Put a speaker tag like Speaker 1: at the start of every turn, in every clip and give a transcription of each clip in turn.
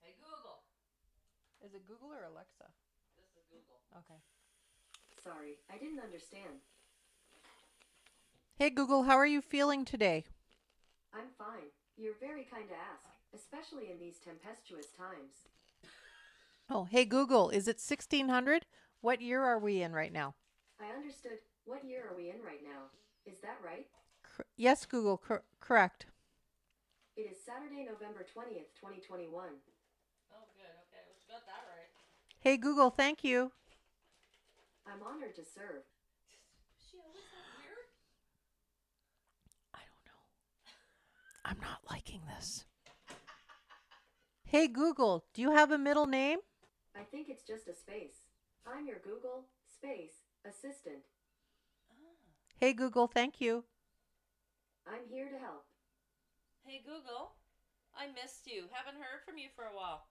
Speaker 1: Hey Google.
Speaker 2: Is it Google or Alexa?
Speaker 1: This is Google.
Speaker 2: Okay.
Speaker 1: Sorry, I didn't understand.
Speaker 2: Hey Google, how are you feeling today?
Speaker 1: I'm fine. You're very kind to ask, especially in these tempestuous times.
Speaker 2: Oh, hey Google, is it 1600? What year are we in right now?
Speaker 1: I understood. What year are we in right now? Is that right?
Speaker 2: Cor- yes, Google, cor- correct.
Speaker 1: It is Saturday, November 20th, 2021.
Speaker 2: Hey Google, thank you.
Speaker 1: I'm honored to serve.
Speaker 2: I don't know. I'm not liking this. Hey Google, do you have a middle name?
Speaker 1: I think it's just a space. I'm your Google, space, assistant.
Speaker 2: Hey Google, thank you.
Speaker 1: I'm here to help.
Speaker 3: Hey Google, I missed you. Haven't heard from you for a while.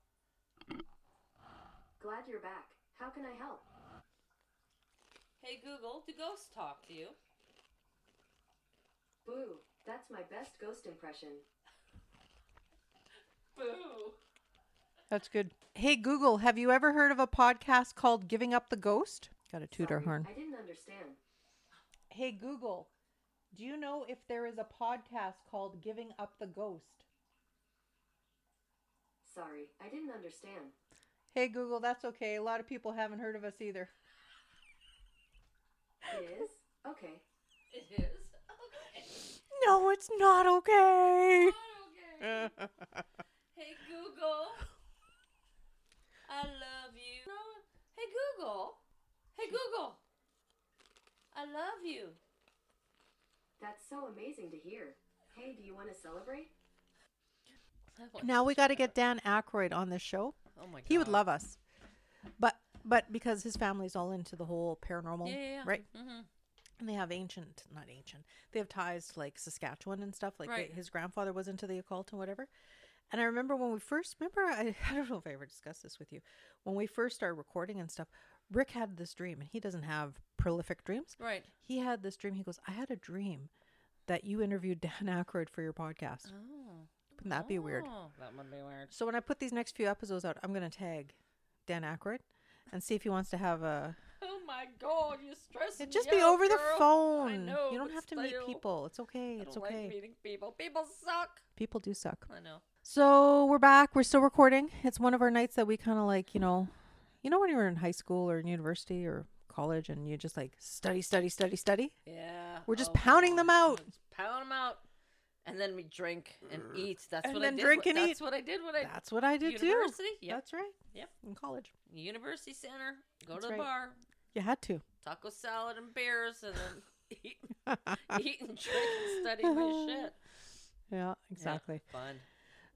Speaker 1: Glad you're back. How can I help?
Speaker 3: Hey Google, do ghosts talk to you?
Speaker 1: Boo, that's my best ghost impression.
Speaker 3: Boo.
Speaker 2: That's good. Hey Google, have you ever heard of a podcast called Giving Up the Ghost? Got a Tudor
Speaker 1: Sorry,
Speaker 2: horn.
Speaker 1: I didn't understand.
Speaker 2: Hey Google, do you know if there is a podcast called Giving Up the Ghost?
Speaker 1: Sorry, I didn't understand.
Speaker 2: Hey Google, that's okay. A lot of people haven't heard of us either.
Speaker 1: It is? Okay.
Speaker 3: It is. Okay.
Speaker 2: No, it's not okay.
Speaker 3: Not okay. hey Google. I love you. No. Hey Google. Hey Google. I love you.
Speaker 1: That's so amazing to hear. Hey, do you want to celebrate?
Speaker 2: Now we got to get Dan Aykroyd on this show.
Speaker 3: Oh my god.
Speaker 2: He would love us, but but because his family's all into the whole paranormal,
Speaker 3: Yeah, yeah, yeah.
Speaker 2: right?
Speaker 3: Mhm.
Speaker 2: And they have ancient, not ancient. They have ties to like Saskatchewan and stuff. Like they-
Speaker 3: Right.
Speaker 2: his grandfather was into the occult and whatever. And I remember when we first remember I, I don't know if I ever discussed this with you. When we first started recording and stuff, Rick had this dream and he doesn't have prolific dreams.
Speaker 3: Right.
Speaker 2: He had this dream. He goes, I had a dream that you interviewed Dan Aykroyd for your podcast.
Speaker 3: Oh.
Speaker 2: Wouldn't that be weird?
Speaker 3: Oh, That would be weird.
Speaker 2: So when I put these next few episodes out, I'm gonna tag Dan Aykroyd and see if he wants to have a.
Speaker 3: Oh my god, you stress
Speaker 2: It'd
Speaker 3: me
Speaker 2: just be
Speaker 3: out,
Speaker 2: over the
Speaker 3: girl.
Speaker 2: phone.
Speaker 3: I know.
Speaker 2: you don't
Speaker 3: but
Speaker 2: have to meet
Speaker 3: still.
Speaker 2: people. It's okay.
Speaker 3: I
Speaker 2: It's
Speaker 3: don't like
Speaker 2: okay.
Speaker 3: meeting people. People suck.
Speaker 2: people do suck.
Speaker 3: I know.
Speaker 2: So we're back. We're still recording. It's one of our nights that we kind of like, you know, you know when you were in high school or in university or college and you just like study, study, study, study.
Speaker 3: Yeah. Oh,
Speaker 2: We're just pounding them out.
Speaker 3: Just pound them out, and then we drink and eat. That's
Speaker 2: And
Speaker 3: what
Speaker 2: then
Speaker 3: I did.
Speaker 2: drink
Speaker 3: when-
Speaker 2: and
Speaker 3: That's
Speaker 2: eat.
Speaker 3: what I did when I.
Speaker 2: That's what I did
Speaker 3: University.
Speaker 2: too.
Speaker 3: Yep.
Speaker 2: That's right.
Speaker 3: Yep.
Speaker 2: In college,
Speaker 3: University Center. Go
Speaker 2: That's
Speaker 3: to the
Speaker 2: right.
Speaker 3: bar.
Speaker 2: you had to.
Speaker 3: Taco salad and beers, and then eat, eat and drink and study my shit. Yeah,
Speaker 2: Yeah, exactly.
Speaker 3: fun.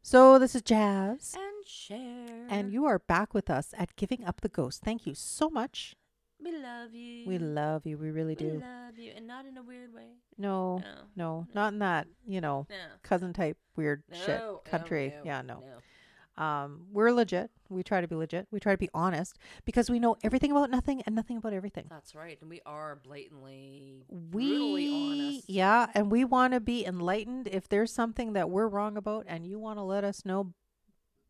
Speaker 2: So this is Jazz.
Speaker 3: And share.
Speaker 2: And you are back with us at Giving Up the Ghost. Thank you so much.
Speaker 3: We love you.
Speaker 2: We love you. We really
Speaker 3: We
Speaker 2: do.
Speaker 3: love you, and not in a weird way.
Speaker 2: No,
Speaker 3: No.
Speaker 2: no, not in that, you know,
Speaker 3: No.
Speaker 2: cousin type weird
Speaker 3: No.
Speaker 2: shit
Speaker 3: no,
Speaker 2: country.
Speaker 3: no,
Speaker 2: yeah, no. Um, we're legit. We try to be legit. We try to be honest because we know everything about nothing and nothing about everything.
Speaker 3: That's right. And we are blatantly, uh, brutally
Speaker 2: we
Speaker 3: honest.
Speaker 2: yeah, and we want to be enlightened. If there's something that we're wrong about and you want to let us know,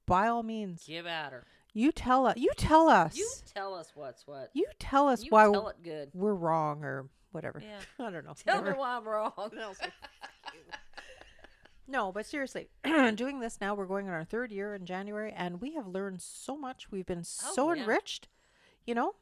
Speaker 2: by all means,
Speaker 3: Give at her.
Speaker 2: You tell us. You tell us.
Speaker 3: You tell us what's what.
Speaker 2: You tell us
Speaker 3: You
Speaker 2: why
Speaker 3: tell it good.
Speaker 2: we're wrong or whatever.
Speaker 3: Yeah.
Speaker 2: I don't know.
Speaker 3: Tell
Speaker 2: Whatever.
Speaker 3: me why I'm wrong.
Speaker 2: No, but seriously, doing this now, we're going on our third year in January, and we have learned so much. We've been so
Speaker 3: Oh, yeah.
Speaker 2: enriched. You know,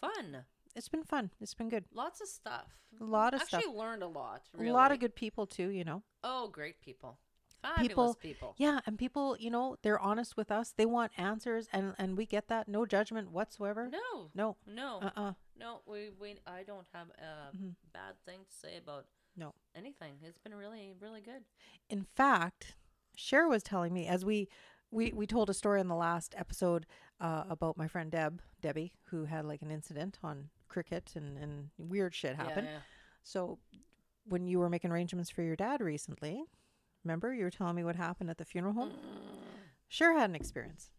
Speaker 3: Fun.
Speaker 2: it's been fun. It's been good.
Speaker 3: Lots of stuff.
Speaker 2: A lot of
Speaker 3: Actually
Speaker 2: stuff.
Speaker 3: learned a lot.
Speaker 2: A lot
Speaker 3: really.
Speaker 2: of good people too. You know,
Speaker 3: Oh, great people. Fabulous people. people.
Speaker 2: Yeah, and people, you know, they're honest with us. They want answers, and and we get that. No judgment whatsoever.
Speaker 3: No.
Speaker 2: No.
Speaker 3: No.
Speaker 2: Uh. uh
Speaker 3: No. We, we. I don't have a
Speaker 2: Mhm.
Speaker 3: bad thing to say about
Speaker 2: No.
Speaker 3: anything. It's been really, really good.
Speaker 2: In fact, Cher was telling me as we we we told a story in the last episode uh, about my friend Deb Debbie who had like an incident on cricket and and weird shit happened.
Speaker 3: Yeah,
Speaker 2: So when you were making arrangements for your dad recently, remember you were telling me what happened at the funeral home?
Speaker 3: Mm.
Speaker 2: Cher had an experience.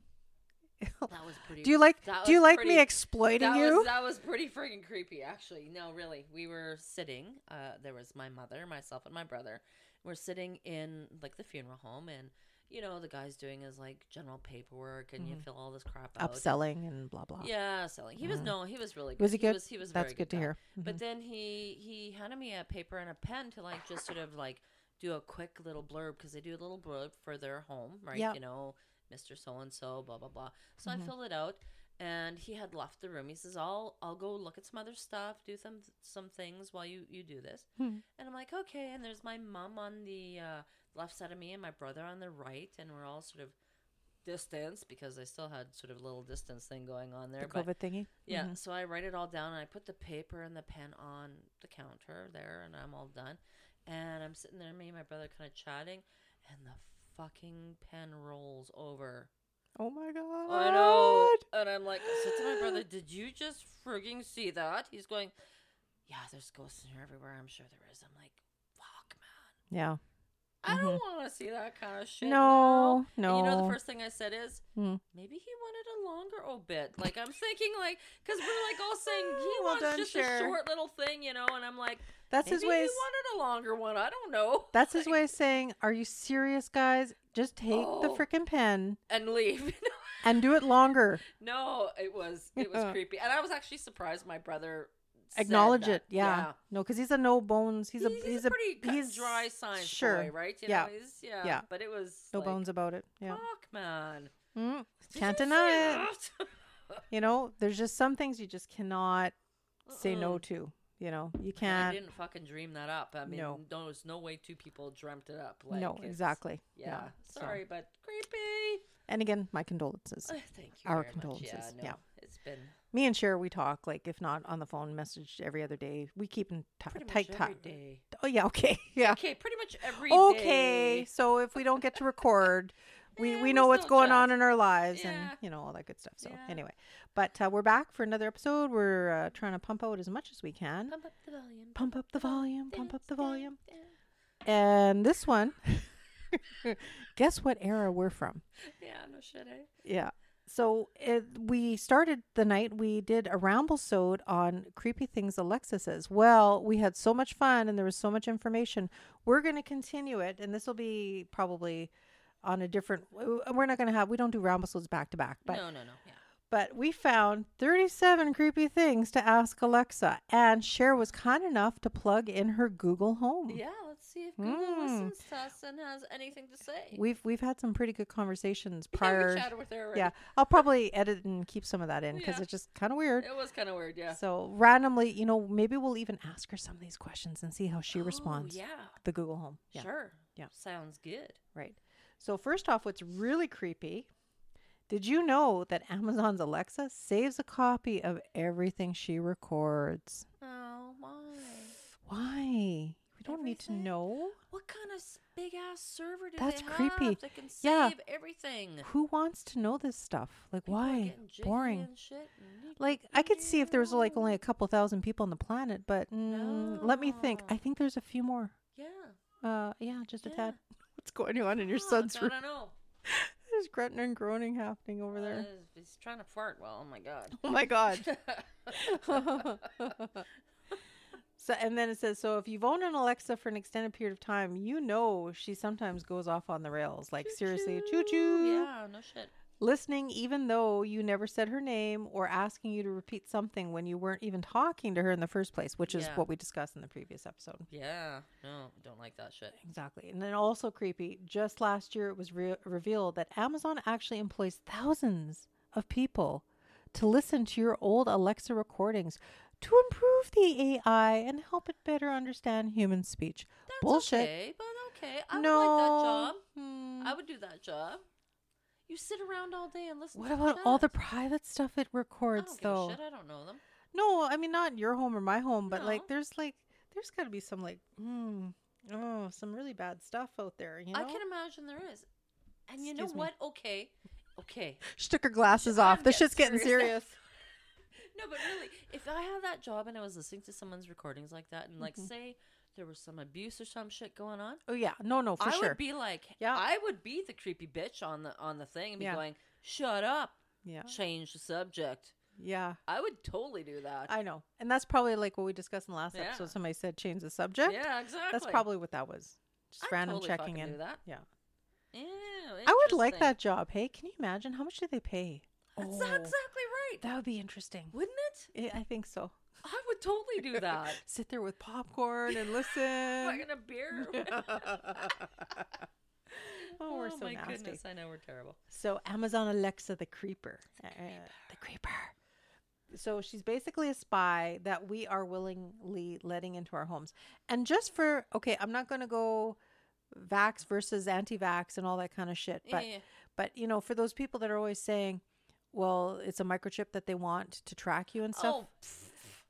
Speaker 3: That was pretty.
Speaker 2: Do you like
Speaker 3: that
Speaker 2: do you
Speaker 3: was
Speaker 2: like me
Speaker 3: pretty-
Speaker 2: exploiting
Speaker 3: that
Speaker 2: you?
Speaker 3: Was, that was pretty freaking creepy, actually. No, really. We were sitting. Uh, there was my mother, myself, and my brother. We're sitting in like the funeral home, and you know the guy's doing his like general paperwork, and you fill all this crap out.
Speaker 2: Mm-hmm. Upselling and blah blah.
Speaker 3: Oh, Yeah, selling. He was no, he was really good.
Speaker 2: Was he good?
Speaker 3: was, he was
Speaker 2: That's
Speaker 3: very
Speaker 2: good to
Speaker 3: guy.
Speaker 2: hear. Mm-hmm.
Speaker 3: But then he he handed me a paper and a pen to like just sort of like do a quick little blurb because they do a little blurb for their home, right?
Speaker 2: Yeah. Mm-hmm.
Speaker 3: You know, Mister So and So, blah blah blah. So I filled it out, and he had left the room. He says, "I'll I'll go look at some other stuff, do some some things while you you do this." And I'm like, "Okay." And there's my mom on the uh, left side of me and my brother on the right, and we're all sort of distance because I still had sort of a little distance thing going on
Speaker 2: The
Speaker 3: there. but
Speaker 2: COVID Mm-hmm. thingy.
Speaker 3: yeah, so I write it all down and I put the paper and the pen on the counter there and I'm all done. And I'm sitting there, me and my brother kind of chatting, and the fucking pen rolls over.
Speaker 2: Oh my god.
Speaker 3: I know. And I'm like, I said to my brother, did you just frigging see that? He's going, yeah, there's ghosts in here everywhere. I'm sure there is. I'm like, fuck, man.
Speaker 2: Yeah.
Speaker 3: I don't want to see that kind of shit.
Speaker 2: Mm-hmm. No,
Speaker 3: now." And you know,
Speaker 2: no.
Speaker 3: the first thing I said is,
Speaker 2: Mm.
Speaker 3: maybe he wanted a longer obit. Like, I'm thinking, like, because we're like all saying he
Speaker 2: Well
Speaker 3: wants
Speaker 2: done,
Speaker 3: just
Speaker 2: Cher.
Speaker 3: a short little thing, you know, and I'm like,
Speaker 2: That's his
Speaker 3: maybe
Speaker 2: way.
Speaker 3: He
Speaker 2: of-
Speaker 3: wanted a longer one. I don't know.
Speaker 2: That's his
Speaker 3: Like,
Speaker 2: way of saying, "Are you serious, guys? Just take the
Speaker 3: Oh.
Speaker 2: freaking pen
Speaker 3: And leave.
Speaker 2: and do it longer.
Speaker 3: no, it was it was
Speaker 2: Yeah.
Speaker 3: creepy, and I was actually surprised my brother said
Speaker 2: Acknowledge
Speaker 3: that.
Speaker 2: it. Yeah. No, because he's a no bones. He's,
Speaker 3: He's,
Speaker 2: a
Speaker 3: he's, a pretty cut and dry science
Speaker 2: sure,
Speaker 3: boy, right? You
Speaker 2: yeah.
Speaker 3: know, he's, yeah,
Speaker 2: Yeah.
Speaker 3: But it was
Speaker 2: No
Speaker 3: like, "Ah,
Speaker 2: bones about it. Yeah.
Speaker 3: Fuck, man.
Speaker 2: Mm.
Speaker 3: Did
Speaker 2: Can't
Speaker 3: you see
Speaker 2: deny it.
Speaker 3: that?
Speaker 2: You know, there's just some things you just cannot say no to. You know, you
Speaker 3: I
Speaker 2: can't.
Speaker 3: didn't fucking dream that up. I mean,
Speaker 2: No.
Speaker 3: there was no way two people dreamt it up. Like,
Speaker 2: No,
Speaker 3: it's-
Speaker 2: exactly.
Speaker 3: Yeah.
Speaker 2: so-
Speaker 3: Sorry, but creepy.
Speaker 2: And again, my condolences.
Speaker 3: Uh, Thank you.
Speaker 2: Our
Speaker 3: very
Speaker 2: condolences,
Speaker 3: Much. Yeah, no,
Speaker 2: yeah.
Speaker 3: It's been
Speaker 2: Me and Cher, we talk like if not on the phone, message every other day. We keep in t-
Speaker 3: pretty
Speaker 2: tight
Speaker 3: much every
Speaker 2: touch.
Speaker 3: day.
Speaker 2: Oh yeah, okay, yeah.
Speaker 3: Okay, pretty much every day.
Speaker 2: okay so if we don't get to record we,
Speaker 3: Yeah,
Speaker 2: we
Speaker 3: we
Speaker 2: know what's
Speaker 3: still
Speaker 2: going on
Speaker 3: chat.
Speaker 2: in our lives
Speaker 3: Yeah.
Speaker 2: and you know all that good stuff so
Speaker 3: Yeah.
Speaker 2: anyway but uh, we're back for another episode we're uh, trying to pump out as much as we can
Speaker 3: Pump up the volume.
Speaker 2: pump up the volume pump up the
Speaker 3: dance,
Speaker 2: volume
Speaker 3: dance,
Speaker 2: and this one guess what era we're from
Speaker 3: dance. Yeah, no shit, eh?
Speaker 2: yeah so it, we started the night we did a ramble sode on creepy things alexa says well we had so much fun and there was so much information we're going to continue it and this will be probably on a different w- we're not going to have we don't do ramble sodes back to back but
Speaker 3: no, no, no. Yeah.
Speaker 2: but we found 37 creepy things to ask alexa and cher was kind enough to plug in her google home
Speaker 3: Yeah, let's see if Google
Speaker 2: Mm.
Speaker 3: listens to us and has anything to say.
Speaker 2: we've we've had some pretty good conversations
Speaker 3: yeah,
Speaker 2: prior
Speaker 3: we chatted with her already.
Speaker 2: yeah i'll probably edit and keep some of that in because
Speaker 3: Yeah.
Speaker 2: it's just kind of weird
Speaker 3: It was kind of weird, yeah.
Speaker 2: So randomly, you know, maybe we'll even ask her some of these questions and see how she
Speaker 3: Oh,
Speaker 2: responds.
Speaker 3: Yeah,
Speaker 2: The Google Home. Yeah.
Speaker 3: sure.
Speaker 2: Yeah.
Speaker 3: Sounds good.
Speaker 2: Right. So first off, what's really creepy, did you know that Amazon's Alexa saves a copy of everything she records?
Speaker 3: Oh, why?
Speaker 2: Why? We don't need to
Speaker 3: Everything?
Speaker 2: know.
Speaker 3: What kind of big ass server do
Speaker 2: That's
Speaker 3: they
Speaker 2: creepy.
Speaker 3: have that can save
Speaker 2: Yeah.
Speaker 3: everything?
Speaker 2: Who wants to know this stuff? Like
Speaker 3: People are
Speaker 2: why?
Speaker 3: getting jiggy
Speaker 2: Boring.
Speaker 3: and shit and you-
Speaker 2: Like I could see if there was like only a couple thousand people on the planet, but mm, let me think.
Speaker 3: No.
Speaker 2: I think there's a few more.
Speaker 3: yeah.
Speaker 2: Uh, yeah, just a
Speaker 3: Yeah.
Speaker 2: tad. What's going on in your
Speaker 3: Fuck,
Speaker 2: son's room?
Speaker 3: I don't know.
Speaker 2: There's grunting and groaning happening over there.
Speaker 3: Uh, he's trying to fart. Well, oh my god.
Speaker 2: Oh my god. so and then it says so if you've owned an Alexa for an extended period of time, you know she sometimes goes off on the rails. Like seriously, choo choo.
Speaker 3: Yeah, no shit.
Speaker 2: listening even though you never said her name or asking you to repeat something when you weren't even talking to her in the first place, which is
Speaker 3: Yeah.
Speaker 2: what we discussed in the previous episode.
Speaker 3: Yeah. No, don't like that shit.
Speaker 2: Exactly. And then also creepy, just last year it was re- revealed that Amazon actually employs thousands of people to listen to your old Alexa recordings to improve the AI and help it better understand human speech.
Speaker 3: That's
Speaker 2: Bullshit.
Speaker 3: okay, but okay. I
Speaker 2: no.
Speaker 3: would like that job.
Speaker 2: Hmm.
Speaker 3: I would do that job. You sit around all day and listen
Speaker 2: What
Speaker 3: to
Speaker 2: about all the
Speaker 3: chat.
Speaker 2: private stuff it
Speaker 3: I
Speaker 2: records
Speaker 3: don't give
Speaker 2: though?
Speaker 3: a shit. I don't know them.
Speaker 2: No, I mean not your home or my home, but
Speaker 3: No.
Speaker 2: like there's like there's got to be some like mm, oh some really bad stuff out there. You know,
Speaker 3: I can imagine there is. And you
Speaker 2: Excuse
Speaker 3: know
Speaker 2: me.
Speaker 3: what? Okay. Okay.
Speaker 2: she took her glasses
Speaker 3: I'm
Speaker 2: off. This
Speaker 3: getting
Speaker 2: shit's getting
Speaker 3: serious
Speaker 2: serious.
Speaker 3: No, but really, if I had that job and I was listening to someone's recordings like that and like
Speaker 2: Mm-hmm.
Speaker 3: say there was some abuse or some shit going on,
Speaker 2: Oh yeah, no, no, for
Speaker 3: I
Speaker 2: sure.
Speaker 3: would be like
Speaker 2: Yeah.
Speaker 3: I would be the creepy bitch on the on the thing and be
Speaker 2: Yeah.
Speaker 3: going, "Shut up.
Speaker 2: yeah,
Speaker 3: Change the subject."
Speaker 2: yeah,
Speaker 3: I would totally do that.
Speaker 2: I know, and that's probably like what we discussed in the last
Speaker 3: Yeah.
Speaker 2: episode. Somebody said change the subject.
Speaker 3: yeah, exactly.
Speaker 2: that's probably what that was. Just
Speaker 3: I'd
Speaker 2: random
Speaker 3: totally
Speaker 2: checking
Speaker 3: fucking
Speaker 2: in.
Speaker 3: do that.
Speaker 2: Yeah,
Speaker 3: Ew,
Speaker 2: I would like
Speaker 3: interesting.
Speaker 2: that job. Hey, can you imagine how much do they pay?
Speaker 3: That's
Speaker 2: Oh,
Speaker 3: exactly right.
Speaker 2: that would be interesting.
Speaker 3: Wouldn't it?
Speaker 2: Yeah, I think so.
Speaker 3: I would totally do that.
Speaker 2: Sit there with popcorn and listen.
Speaker 3: Fucking a beer.
Speaker 2: Oh, we're so
Speaker 3: my
Speaker 2: nasty.
Speaker 3: goodness, I know we're terrible.
Speaker 2: So Amazon Alexa the creeper. Uh, The creeper. So she's basically a spy that we are willingly letting into our homes. And just for okay, I'm not going to go vax versus anti-vax and all that kind of shit,
Speaker 3: Yeah,
Speaker 2: but
Speaker 3: yeah.
Speaker 2: but you know, for those people that are always saying, well, it's a microchip that they want to track you and stuff.
Speaker 3: oh, pff,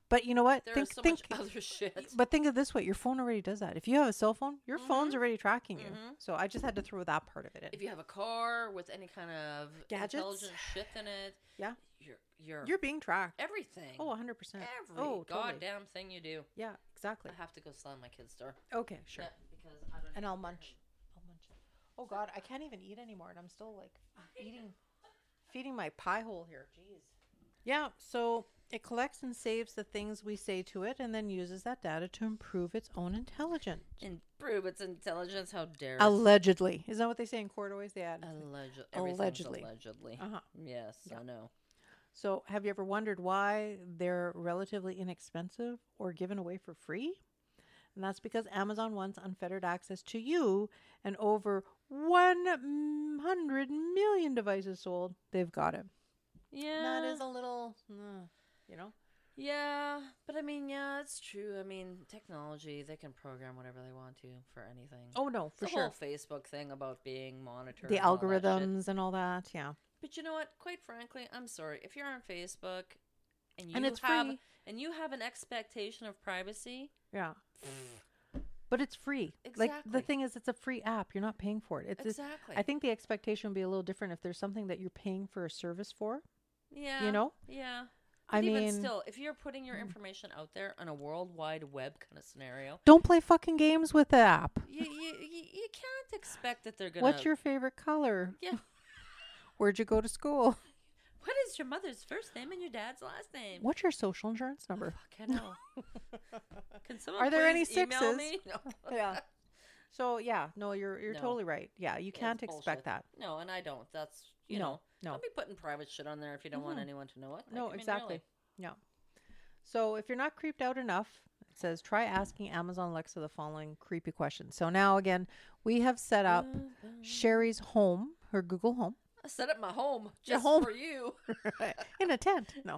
Speaker 2: but you know what?
Speaker 3: there
Speaker 2: think
Speaker 3: is so
Speaker 2: think
Speaker 3: much other shit.
Speaker 2: but think of it this way, your phone already does that. If you have a cell phone, your phone's already tracking you. So I just had to throw that part of it in.
Speaker 3: Mm-hmm. if you have a car with any kind of
Speaker 2: Gadgets?
Speaker 3: intelligent shit in it,
Speaker 2: yeah.
Speaker 3: you're you're,
Speaker 2: You're being tracked.
Speaker 3: everything.
Speaker 2: Oh, 100%.
Speaker 3: every
Speaker 2: oh, totally.
Speaker 3: goddamn thing you do.
Speaker 2: Yeah, exactly.
Speaker 3: I have to go slam my kid's door.
Speaker 2: Okay, sure.
Speaker 3: Yeah, because I don't.
Speaker 2: And I'll munch. I'll munch. Oh god, I can't even eat anymore and I'm still like eating feeding my pie hole here. Jeez. Yeah, so it collects and saves the things we say to it and then uses that data to improve its own intelligence.
Speaker 3: Improve its intelligence. How dare it?
Speaker 2: Allegedly. Is that what they say in court always they add?
Speaker 3: Allegedly.
Speaker 2: Allegedly.
Speaker 3: Allegedly. Allegedly.
Speaker 2: Uh-huh.
Speaker 3: Yes, I know.
Speaker 2: So, have you ever wondered why they're relatively inexpensive or given away for free? And that's because Amazon wants unfettered access to you and over 100 million devices sold. They've got it.
Speaker 3: Yeah.
Speaker 2: That is a little, uh, you know?
Speaker 3: Yeah, but I mean, yeah, it's true. I mean, technology, they can program whatever they want to for anything.
Speaker 2: Oh, no, for
Speaker 3: the
Speaker 2: sure.
Speaker 3: whole Facebook thing about being monitored.
Speaker 2: The
Speaker 3: and all that shit.
Speaker 2: algorithms and all that. Yeah.
Speaker 3: But you know what? Quite frankly, I'm sorry. If you're on Facebook and you
Speaker 2: And it's
Speaker 3: have
Speaker 2: free.
Speaker 3: and you have an expectation of privacy,
Speaker 2: Yeah. But it's free. Like
Speaker 3: Exactly.
Speaker 2: the thing is, it's a free app. You're not paying for it. It's it's- I
Speaker 3: Exactly.
Speaker 2: think the expectation would be a little different if there's something that you're paying for a service for.
Speaker 3: yeah,
Speaker 2: know?
Speaker 3: yeah.
Speaker 2: I
Speaker 3: But even
Speaker 2: mean- Mm.
Speaker 3: still, if you're putting your information out there on a worldwide web kind of scenario,
Speaker 2: Don't play fucking games with the app.
Speaker 3: you you, you, you can't expect that they're gonna.
Speaker 2: What's your favorite color?
Speaker 3: yeah?
Speaker 2: Where'd you go to school?
Speaker 3: What is your mother's first name and your dad's last name?
Speaker 2: What's your social insurance number?
Speaker 3: Fuck, I know. Can someone
Speaker 2: Are there any
Speaker 3: please email
Speaker 2: sixes?
Speaker 3: me? No.
Speaker 2: yeah. So yeah, no, you're you're
Speaker 3: No.
Speaker 2: totally right. Yeah, you
Speaker 3: It's
Speaker 2: can't
Speaker 3: bullshit.
Speaker 2: expect that.
Speaker 3: No, and I don't. That's you
Speaker 2: No,
Speaker 3: know.
Speaker 2: no.
Speaker 3: Don't be putting private shit on there if you don't want anyone to know it. Like, I
Speaker 2: no,
Speaker 3: mean,
Speaker 2: exactly.
Speaker 3: really.
Speaker 2: Yeah. So if you're not creeped out enough, it says try asking Amazon Alexa the following creepy questions. So now again, we have set up Sherry's home, her Google Home,
Speaker 3: I set up my home
Speaker 2: Your
Speaker 3: just
Speaker 2: home.
Speaker 3: for you.
Speaker 2: in a tent. No.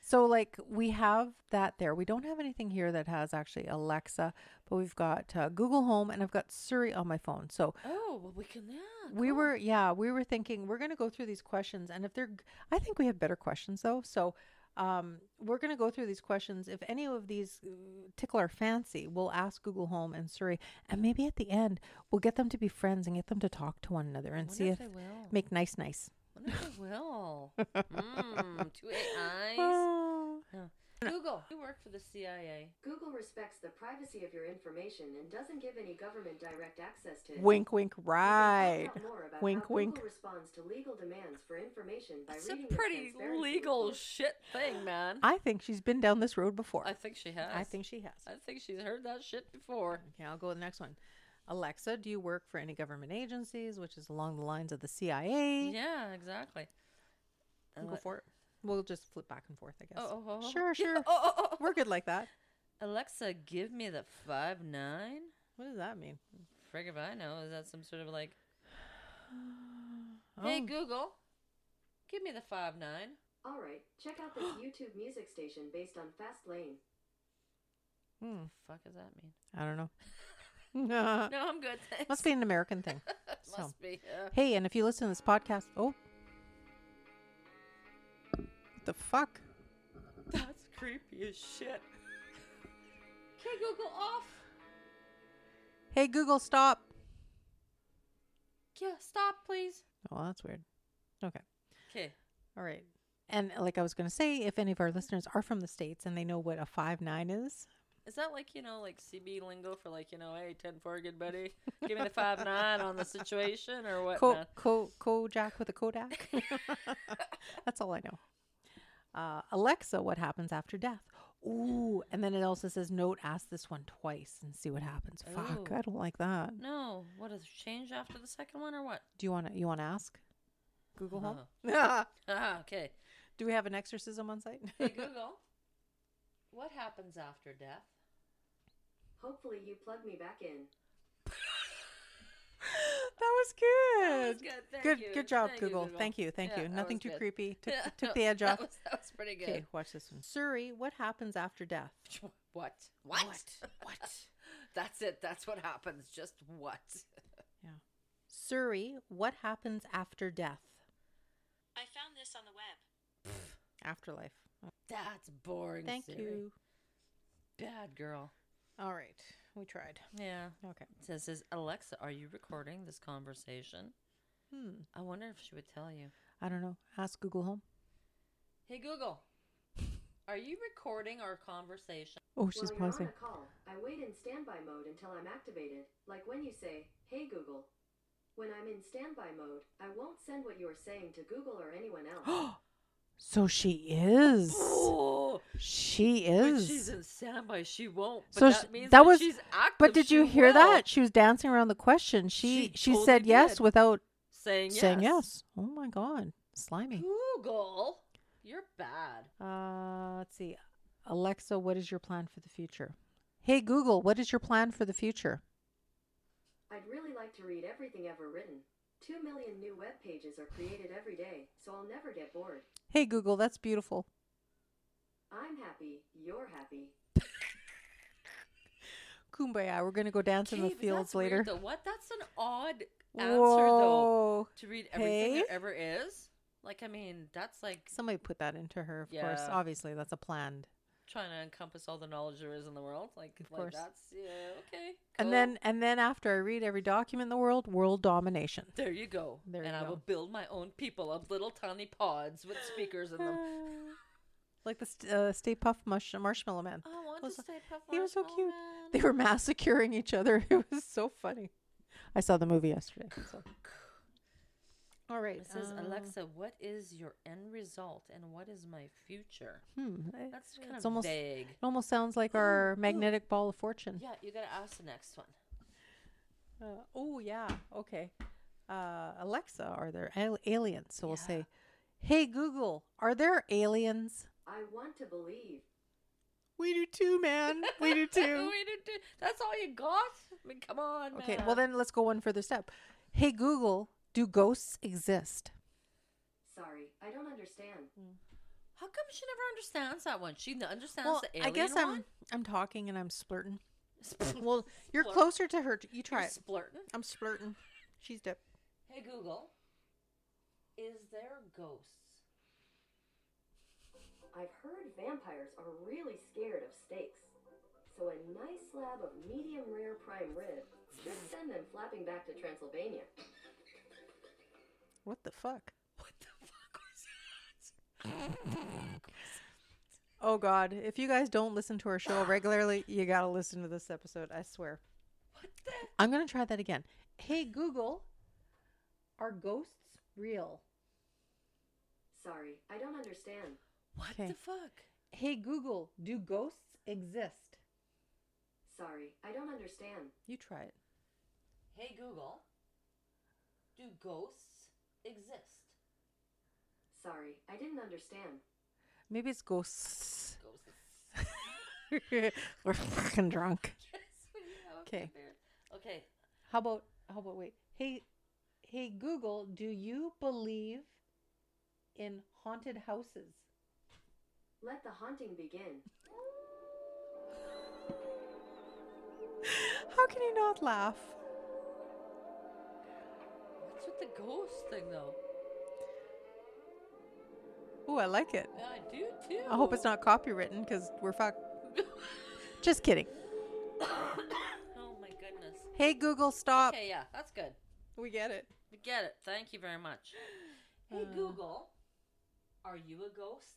Speaker 2: So like we have that there. We don't have anything here that has actually Alexa, but we've got uh, Google Home and I've got Siri on my phone. So
Speaker 3: oh, well, we can. Yeah,
Speaker 2: we
Speaker 3: cool.
Speaker 2: were yeah we were thinking we're going to go through these questions and if they're g- i think we have better questions though so um, we're going to go through these questions if any of these uh, tickle our fancy we'll ask google home and surrey and maybe at the end we'll get them to be friends and get them to talk to one another and
Speaker 3: Wonder
Speaker 2: see
Speaker 3: if
Speaker 2: if
Speaker 3: they will.
Speaker 2: make nice nice
Speaker 3: Wonder if I will. mm, two AIs.
Speaker 2: oh.
Speaker 3: Google, you work for the CIA.
Speaker 1: Google respects the privacy of your information and doesn't give any government direct access to it.
Speaker 2: wink wink
Speaker 1: You
Speaker 2: right
Speaker 1: can find out more about how
Speaker 2: wink
Speaker 1: Google
Speaker 2: wink
Speaker 1: responds to legal demands for information by
Speaker 3: It's
Speaker 1: reading
Speaker 3: a
Speaker 1: the
Speaker 3: pretty
Speaker 1: transparency
Speaker 3: legal
Speaker 1: report.
Speaker 3: shit thing, man.
Speaker 2: i think she's been down this road before
Speaker 3: I think she has.
Speaker 2: I think she has
Speaker 3: I think she's heard that shit before.
Speaker 2: Okay, I'll go to the next one. Alexa, do you work for any government agencies? Which is along the lines of the CIA.
Speaker 3: Yeah, exactly.
Speaker 2: We'll Go
Speaker 3: Ale-
Speaker 2: for it. We'll just flip back and forth, I guess.
Speaker 3: Oh, oh, oh, oh.
Speaker 2: Sure,
Speaker 3: Yeah,
Speaker 2: sure.
Speaker 3: oh, oh, oh, oh.
Speaker 2: We're good like that.
Speaker 3: Alexa, give me the five nine.
Speaker 2: What does that mean?
Speaker 3: Frig if I know. Is that some sort of like, hey
Speaker 2: Oh.
Speaker 3: Google, give me the five nine.
Speaker 1: All right, check out this YouTube music station based on Fast Lane.
Speaker 2: Hmm.
Speaker 3: Fuck does that mean?
Speaker 2: I don't know. no.
Speaker 3: No, I'm good. Thanks.
Speaker 2: Must be an American thing. Uh, so.
Speaker 3: Must be. yeah.
Speaker 2: Hey, and if you listen to this podcast, oh, the fuck?
Speaker 3: That's creepy as shit. Okay, Google off.
Speaker 2: Hey, Google, stop.
Speaker 3: Yeah, stop, please.
Speaker 2: Oh, that's weird. Okay,
Speaker 3: Okay.
Speaker 2: all right. And like I was going to say, if any of our listeners are from the states and they know what a five nine is,
Speaker 3: Is that like, you know, like CB lingo for like, you know, hey, 10 4, good buddy? Give me the 5 9 on the situation or what?
Speaker 2: co co Kojak with a Kodak. that's all I know. Uh, Alexa, what happens after death? Ooh, and then it also says, note, ask this one twice and see what happens. Fuck,
Speaker 3: Ooh.
Speaker 2: I don't like that.
Speaker 3: No. What is change after the second one or what?
Speaker 2: Do you want to? You want to ask? Google Home.
Speaker 3: Ah, okay.
Speaker 2: Do we have an exorcism on site?
Speaker 3: Hey, Google, what happens after death?
Speaker 1: Hopefully, you plug me back in.
Speaker 2: That was good.
Speaker 3: That was good. Thank
Speaker 2: good,
Speaker 3: you.
Speaker 2: good job,
Speaker 3: Thank you,
Speaker 2: Google.
Speaker 3: Google.
Speaker 2: Thank you, thank
Speaker 3: Yeah,
Speaker 2: you.
Speaker 3: that
Speaker 2: Nothing
Speaker 3: was
Speaker 2: too
Speaker 3: good.
Speaker 2: creepy. Took,
Speaker 3: Yeah,
Speaker 2: took
Speaker 3: no,
Speaker 2: the edge
Speaker 3: that
Speaker 2: off.
Speaker 3: was- that was pretty
Speaker 2: Okay,
Speaker 3: good.
Speaker 2: watch this one. Surrey, what happens after death?
Speaker 3: What? What?
Speaker 2: What? What?
Speaker 3: That's it. That's what happens. Just what?
Speaker 2: Yeah. Surrey, what happens after death?
Speaker 4: I found this on the web.
Speaker 2: Afterlife.
Speaker 3: That's boring.
Speaker 2: Thank
Speaker 3: Siri.
Speaker 2: you.
Speaker 3: Bad girl.
Speaker 2: All right, we tried.
Speaker 3: Yeah.
Speaker 2: Okay.
Speaker 3: So it says, Alexa, are you recording this conversation?
Speaker 2: Hmm.
Speaker 3: I wonder if she would tell you.
Speaker 2: I don't know. Ask Google Home.
Speaker 3: Hey, Google, are you recording our conversation?
Speaker 2: Oh, she's
Speaker 1: While
Speaker 2: pausing.
Speaker 1: you're on a call, I wait in standby mode until I'm activated, like when you say, "Hey Google." When I'm in standby mode, I won't send what you're saying to Google or anyone else.
Speaker 2: So she is.
Speaker 3: Oh,
Speaker 2: She
Speaker 3: when
Speaker 2: is.
Speaker 3: she's in standby, she won't. But
Speaker 2: so
Speaker 3: that
Speaker 2: sh-
Speaker 3: means
Speaker 2: that
Speaker 3: when
Speaker 2: was.
Speaker 3: she's active.
Speaker 2: but did
Speaker 3: she
Speaker 2: you hear
Speaker 3: will.
Speaker 2: that? She was dancing around the question. She
Speaker 3: She
Speaker 2: she,
Speaker 3: totally
Speaker 2: said yes
Speaker 3: did.
Speaker 2: without
Speaker 3: Saying yes.
Speaker 2: saying yes. Oh my god, slimy.
Speaker 3: Google, you're bad.
Speaker 2: Uh, let's see. Alexa, what is your plan for the future? Hey Google, what is your plan for the future?
Speaker 1: I'd really like to read everything ever written. Two million new web pages are created every day, so I'll never get bored.
Speaker 2: Hey Google, that's beautiful.
Speaker 1: I'm happy. You're happy.
Speaker 2: Kumbaya, we're gonna go dance in the
Speaker 3: Okay, but
Speaker 2: fields
Speaker 3: that's weird,
Speaker 2: later.
Speaker 3: though. What? That's an odd answer, though.
Speaker 2: Whoa.
Speaker 3: To read everything
Speaker 2: Hey?
Speaker 3: there ever is. Like, I mean, that's like
Speaker 2: Somebody put that into her, of course.
Speaker 3: Yeah.
Speaker 2: Obviously, that's a planned.
Speaker 3: trying to encompass all the knowledge there is in the world. Like,
Speaker 2: Of
Speaker 3: like
Speaker 2: course.
Speaker 3: that's yeah, okay. cool.
Speaker 2: And then and then after I read every document in the world, world domination.
Speaker 3: there you go.
Speaker 2: There
Speaker 3: and
Speaker 2: you
Speaker 3: I
Speaker 2: go.
Speaker 3: will build my own people of little tiny pods with speakers in them.
Speaker 2: like the st- uh, Stay Puff Mush- Marshmallow Man.
Speaker 3: I want
Speaker 2: Was-
Speaker 3: to stay puff
Speaker 2: He was so
Speaker 3: Marshmallow
Speaker 2: cute.
Speaker 3: Man.
Speaker 2: They were massacring each other. It was so funny. I saw the movie yesterday. So. All right.
Speaker 3: It says
Speaker 2: uh,
Speaker 3: Alexa, what is your end result and what is my future?
Speaker 2: Hmm, I-
Speaker 3: That's kind
Speaker 2: it's
Speaker 3: of
Speaker 2: almost,
Speaker 3: vague.
Speaker 2: It almost sounds like our magnetic ball of fortune.
Speaker 3: Yeah, you gotta ask the next one.
Speaker 2: Uh, oh, yeah. Okay. Uh, Alexa, are there al- aliens? So we'll
Speaker 3: Yeah.
Speaker 2: say, hey, Google, are there aliens?
Speaker 1: I want to believe.
Speaker 2: We do too, man. We do too.
Speaker 3: we do too. That's all you got? I mean, come on.
Speaker 2: okay.
Speaker 3: man.
Speaker 2: Well, then let's go one further step. Hey, Google, do ghosts exist?
Speaker 1: Sorry, I don't understand.
Speaker 3: how come she never understands that one? She n- understands
Speaker 2: Well,
Speaker 3: the
Speaker 2: I
Speaker 3: alien
Speaker 2: guess
Speaker 3: one.
Speaker 2: I'm I'm talking and I'm splurting.
Speaker 3: Splurt.
Speaker 2: Well, you're
Speaker 3: Splurt.
Speaker 2: closer to her. You try
Speaker 3: You're
Speaker 2: it.
Speaker 3: splurting.
Speaker 2: I'm splurting. She's dip.
Speaker 3: Hey Google, is there ghosts?
Speaker 1: I've heard vampires are really scared of steaks. So a nice slab of medium rare prime rib should send them flapping back to Transylvania.
Speaker 2: What the fuck?
Speaker 3: What the fuck was that?
Speaker 2: Oh God! If you guys don't listen to our show regularly, you gotta listen to this episode. I swear.
Speaker 3: What the?
Speaker 2: I'm gonna try that again. Hey Google, are ghosts real?
Speaker 1: Sorry, I don't understand.
Speaker 3: What
Speaker 2: Okay.
Speaker 3: the fuck?
Speaker 2: Hey Google, do ghosts exist?
Speaker 1: Sorry, I don't understand.
Speaker 2: You try it.
Speaker 3: Hey Google, do ghosts exist?
Speaker 1: Sorry, I didn't understand.
Speaker 2: Maybe it's ghosts.
Speaker 3: Ghosts.
Speaker 2: We're fucking drunk.
Speaker 3: okay.
Speaker 2: 'Kay.
Speaker 3: Okay.
Speaker 2: How about how about wait? Hey, hey Google, do you believe in haunted houses?
Speaker 1: Let the haunting begin.
Speaker 2: How can you not laugh?
Speaker 3: What's with the ghost thing though?
Speaker 2: Ooh, I like it.
Speaker 3: Yeah, I do too.
Speaker 2: I hope it's not copywritten because we're fuck. Just kidding.
Speaker 3: Oh my goodness.
Speaker 2: Hey Google, stop.
Speaker 3: Okay, yeah, that's good.
Speaker 2: We get it.
Speaker 3: We get it. Thank you very much. Uh, Hey Google, are you a ghost?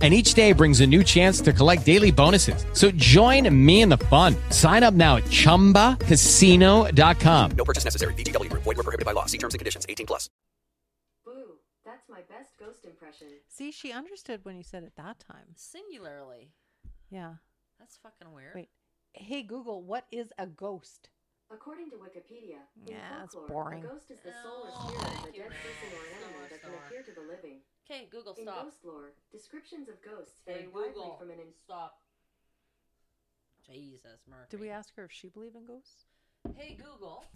Speaker 5: And each day brings a new chance to collect daily bonuses. So join me in the fun. Sign up now at chumbacasino.com.
Speaker 6: No purchase necessary. VGW Group. Void were prohibited by law. See terms and conditions. 18 plus.
Speaker 1: Boo, that's my best ghost impression.
Speaker 2: See, she understood when you said it that time.
Speaker 3: Singularly.
Speaker 2: Yeah.
Speaker 3: That's fucking weird.
Speaker 2: Wait. Hey Google, what is a ghost?
Speaker 1: According to Wikipedia, in
Speaker 2: Yeah, that's
Speaker 1: folklore,
Speaker 2: boring.
Speaker 1: a ghost is the soul or
Speaker 3: Oh,
Speaker 1: spirit of a
Speaker 3: thank you.
Speaker 1: dead person or animal
Speaker 3: Soul or
Speaker 1: that can
Speaker 3: soul.
Speaker 1: appear to the living.
Speaker 3: Okay, Google,
Speaker 1: In
Speaker 3: stop.
Speaker 1: ghost lore, descriptions of ghosts
Speaker 3: Hey,
Speaker 1: vary
Speaker 3: Google,
Speaker 1: widely from an in-
Speaker 3: stop. Jesus, Murphy.
Speaker 2: Did we ask her if she believed in ghosts?
Speaker 3: Hey Google,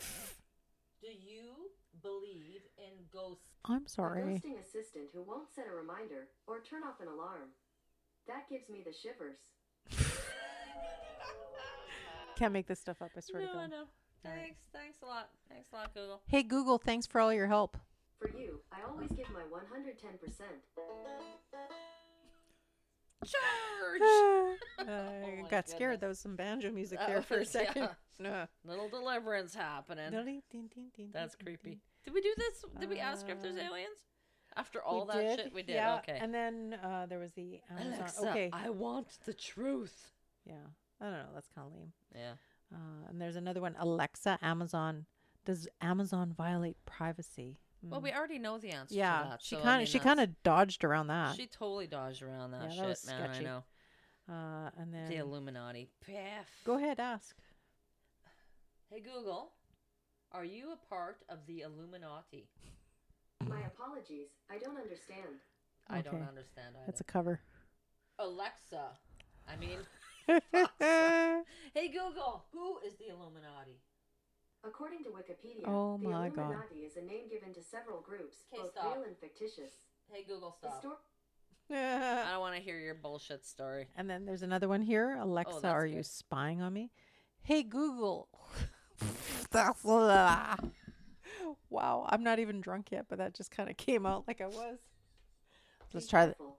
Speaker 3: do you believe in ghosts?
Speaker 2: I'm
Speaker 1: a
Speaker 2: sorry.
Speaker 1: ghosting assistant who won't set a reminder or turn off an alarm. That gives me the shivers.
Speaker 2: Can't make this stuff up, I swear to God.
Speaker 3: know. Thanks, thanks a lot. Thanks a lot, Google.
Speaker 2: Hey Google, thanks for all your help.
Speaker 1: For you, I always give my 110%.
Speaker 3: Charge.
Speaker 2: I
Speaker 3: Oh my
Speaker 2: got scared. That was some banjo music there for a
Speaker 3: was- yeah.
Speaker 2: second. No.
Speaker 3: Little deliverance happening.
Speaker 2: Dun, dun, dun, dun,
Speaker 3: That's
Speaker 2: dun,
Speaker 3: creepy.
Speaker 2: dun.
Speaker 3: Did we do this? Did we ask her if there's
Speaker 2: Uh,
Speaker 3: aliens? After all
Speaker 2: We
Speaker 3: that
Speaker 2: did,
Speaker 3: shit we did.
Speaker 2: yeah,
Speaker 3: okay.
Speaker 2: And then uh, there was the Amazon.
Speaker 3: Alexa,
Speaker 2: okay.
Speaker 3: I want the truth.
Speaker 2: Yeah. I don't know. That's kind of lame.
Speaker 3: Yeah.
Speaker 2: Uh, and there's another one Alexa, Amazon. Does Amazon violate privacy? Hmm.
Speaker 3: Well, we already know the answer.
Speaker 2: Mm. yeah.
Speaker 3: to that,
Speaker 2: she
Speaker 3: so, I
Speaker 2: kind of
Speaker 3: mean,
Speaker 2: she
Speaker 3: that's-
Speaker 2: kind of dodged around that.
Speaker 3: She totally dodged around that
Speaker 2: Yeah, that
Speaker 3: shit,
Speaker 2: was
Speaker 3: man.
Speaker 2: sketchy.
Speaker 3: I know.
Speaker 2: uh, and then
Speaker 3: The Illuminati. Piff.
Speaker 2: go ahead, ask.
Speaker 3: Hey Google, are you a part of the Illuminati?
Speaker 1: My apologies, I don't understand.
Speaker 3: I don't
Speaker 2: Okay.
Speaker 3: understand either.
Speaker 2: That's a cover.
Speaker 3: Alexa. I mean,
Speaker 2: oh
Speaker 3: hey Google, who is the Illuminati?
Speaker 1: According to Wikipedia,
Speaker 2: Oh
Speaker 1: the
Speaker 2: my God.
Speaker 1: Illuminati is a name given to several groups,
Speaker 3: Okay,
Speaker 1: both
Speaker 3: stop.
Speaker 1: real and fictitious.
Speaker 3: Hey Google,
Speaker 1: The
Speaker 3: stop.
Speaker 1: stor-
Speaker 3: I don't want to hear your bullshit story.
Speaker 2: And then there's another one here. Alexa,
Speaker 3: that's
Speaker 2: are you
Speaker 3: good.
Speaker 2: spying on me? Hey Google. That's- wow, I'm not even drunk yet, but that just kind of came out like I was. Let's
Speaker 1: Be
Speaker 2: try that.
Speaker 1: careful.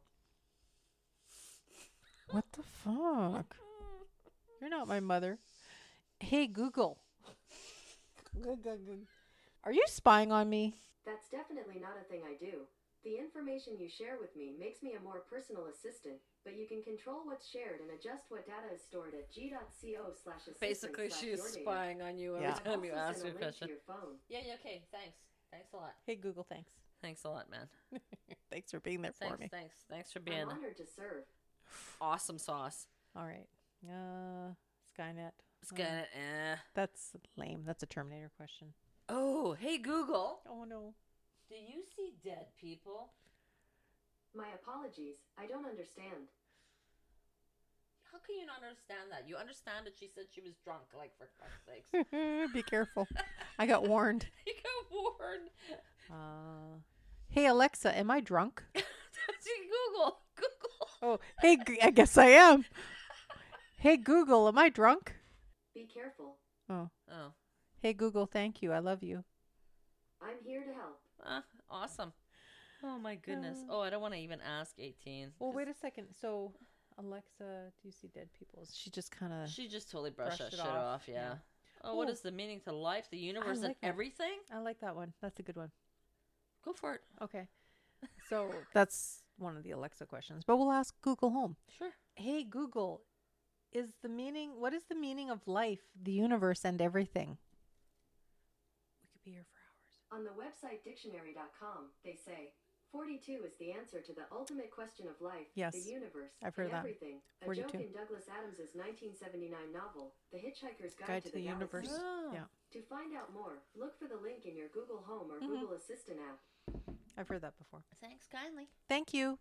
Speaker 2: What the fuck? You're not my mother. Hey Google. Are you spying on me?
Speaker 1: That's definitely not a thing I do. The information you share with me makes me a more personal assistant, but you can control what's shared and adjust what data is stored at g.co slash assistant
Speaker 3: Basically,
Speaker 1: slash
Speaker 3: she's
Speaker 1: your data.
Speaker 3: spying on you every
Speaker 2: Yeah.
Speaker 1: I've
Speaker 3: time you
Speaker 1: also sent
Speaker 3: ask her a
Speaker 1: a link to
Speaker 3: question.
Speaker 1: your phone.
Speaker 3: Yeah, yeah, okay, thanks. Thanks a lot.
Speaker 2: Hey Google, thanks.
Speaker 3: Thanks a lot, man.
Speaker 2: thanks for being there for
Speaker 3: Thanks,
Speaker 2: me.
Speaker 3: thanks. Thanks for being
Speaker 1: I'm honored to serve.
Speaker 3: awesome sauce.
Speaker 2: All right. Uh Skynet.
Speaker 3: It's
Speaker 2: Mm.
Speaker 3: gonna, eh.
Speaker 2: That's lame. That's a Terminator question.
Speaker 3: Oh, hey Google,
Speaker 2: Oh no.
Speaker 3: do you see dead people?
Speaker 1: My apologies, I don't understand.
Speaker 3: How can you not understand that? You understand that she said she was drunk, like for fuck's sakes.
Speaker 2: Be careful. I got warned.
Speaker 3: you got warned.
Speaker 2: Uh, hey Alexa, am I drunk?
Speaker 3: That's- Google, Google.
Speaker 2: Oh, hey, G- I guess I am. Hey, Google, am I drunk?
Speaker 1: Be careful.
Speaker 2: Oh,
Speaker 3: Oh,
Speaker 2: hey, Google, thank you. I love you.
Speaker 1: I'm here to help.
Speaker 3: ah, awesome. Oh my goodness. Oh, I don't want to even ask 18.
Speaker 2: Uh. Well,
Speaker 3: 'cause
Speaker 2: wait a second. So, Alexa, do you see dead people? She just kind of.
Speaker 3: She just totally brushed
Speaker 2: uh, brushed
Speaker 3: that
Speaker 2: it
Speaker 3: shit off.
Speaker 2: off,
Speaker 3: yeah.
Speaker 2: yeah.
Speaker 3: Oh, what
Speaker 2: Ooh.
Speaker 3: is the meaning to life, the universe, and
Speaker 2: like that.
Speaker 3: everything?
Speaker 2: I like that one. That's a good one.
Speaker 3: Go for it.
Speaker 2: Okay. So that's one of the Alexa questions, but we'll ask Google Home.
Speaker 3: Sure.
Speaker 2: Hey Google, is the meaning what is the meaning of life, the universe and everything? We could be here for hours.
Speaker 1: On the website dictionary.com, they say 42 is the answer to the ultimate question of life,
Speaker 2: Yes.
Speaker 1: the universe,
Speaker 2: I've heard
Speaker 1: and
Speaker 2: that.
Speaker 1: everything. A
Speaker 2: 42.
Speaker 1: joke in Douglas Adams' 1979 novel, The Hitchhiker's
Speaker 2: Guide
Speaker 1: Guide,
Speaker 2: to the universe.
Speaker 1: Galaxy.
Speaker 3: Oh.
Speaker 2: Yeah.
Speaker 1: To find out more, look for the link in your Google Home
Speaker 2: Mm-hmm.
Speaker 1: or Google Assistant app.
Speaker 2: I've heard that before.
Speaker 3: Thanks kindly.
Speaker 2: Thank you.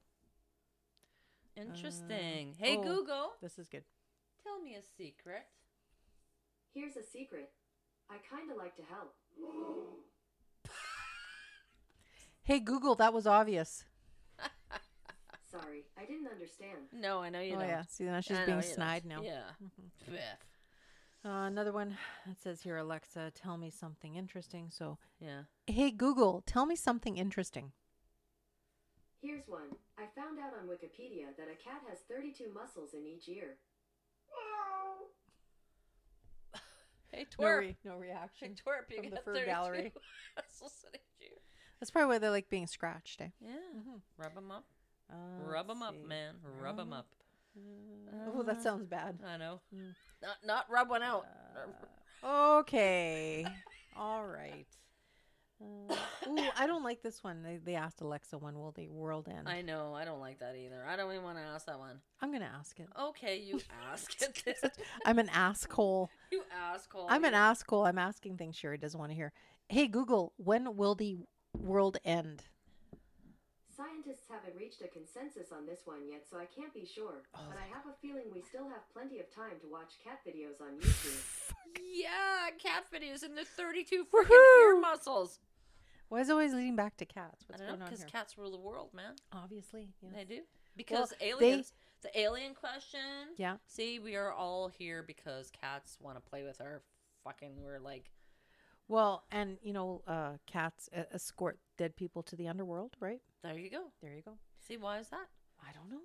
Speaker 3: Interesting. hey,
Speaker 2: oh.
Speaker 3: Google,
Speaker 2: This is good.
Speaker 3: tell me a secret.
Speaker 1: Here's a secret. I kinda like to help.
Speaker 2: Hey Google, that was obvious.
Speaker 1: Sorry, I didn't understand.
Speaker 3: No, I know you
Speaker 2: oh
Speaker 3: don't.
Speaker 2: yeah. See now she's
Speaker 3: I know
Speaker 2: being
Speaker 3: you don't.
Speaker 2: snide now. Mm-hmm.
Speaker 3: Yeah. Biff.
Speaker 2: Uh, another one that says here Alexa, tell me something interesting. So,
Speaker 3: Yeah.
Speaker 2: hey Google, tell me something interesting.
Speaker 1: Here's one. I found out on Wikipedia that a cat has 32 muscles in each ear.
Speaker 3: Hey,
Speaker 2: No,
Speaker 3: twerp.
Speaker 2: re- no reaction
Speaker 3: Hey, twerp. You
Speaker 2: from the
Speaker 3: got
Speaker 2: fur
Speaker 3: 32
Speaker 2: gallery.
Speaker 3: muscles in each ear.
Speaker 2: That's probably why they like being scratched, eh?
Speaker 3: Yeah. Rub 'em up.
Speaker 2: Uh,
Speaker 3: Rub 'em
Speaker 2: let's
Speaker 3: up,
Speaker 2: see. Uh-huh.
Speaker 3: man. Rub 'em up. Ah.
Speaker 2: Oh, that sounds bad.
Speaker 3: I know.
Speaker 2: Mm.
Speaker 3: Not not rub one out. Uh.
Speaker 2: Okay. All right. Uh, ooh, I don't like this one. They, they asked Alexa when will the world end.
Speaker 3: I know. I don't like that either. I don't even want to ask that one.
Speaker 2: I'm going to ask it.
Speaker 3: Okay, you ask it. This.
Speaker 2: I'm an asshole.
Speaker 3: You asshole.
Speaker 2: I'm an
Speaker 3: you.
Speaker 2: asshole. I'm asking things Sherry doesn't want to hear. Hey, Google, when will the world end?
Speaker 1: Scientists haven't reached a consensus on this one yet, so I can't be sure.
Speaker 3: Oh,
Speaker 1: but I have a feeling we still have plenty of time to watch cat videos on YouTube.
Speaker 3: Yeah, cat videos and they're 32 freaking ear muscles.
Speaker 2: Why is it always leading back to cats? What's
Speaker 3: I don't
Speaker 2: going
Speaker 3: know
Speaker 2: on
Speaker 3: because
Speaker 2: here?
Speaker 3: cats rule the world, man.
Speaker 2: Obviously. Yeah.
Speaker 3: They do because
Speaker 2: they-
Speaker 3: aliens. The alien question.
Speaker 2: Yeah.
Speaker 3: See, we are all here because cats want to play with our fucking. We're like,
Speaker 2: Well, and, you know, uh, cats uh, escort dead people to the underworld, right?
Speaker 3: there you go.
Speaker 2: There you go.
Speaker 3: See, why is that?
Speaker 2: I don't know.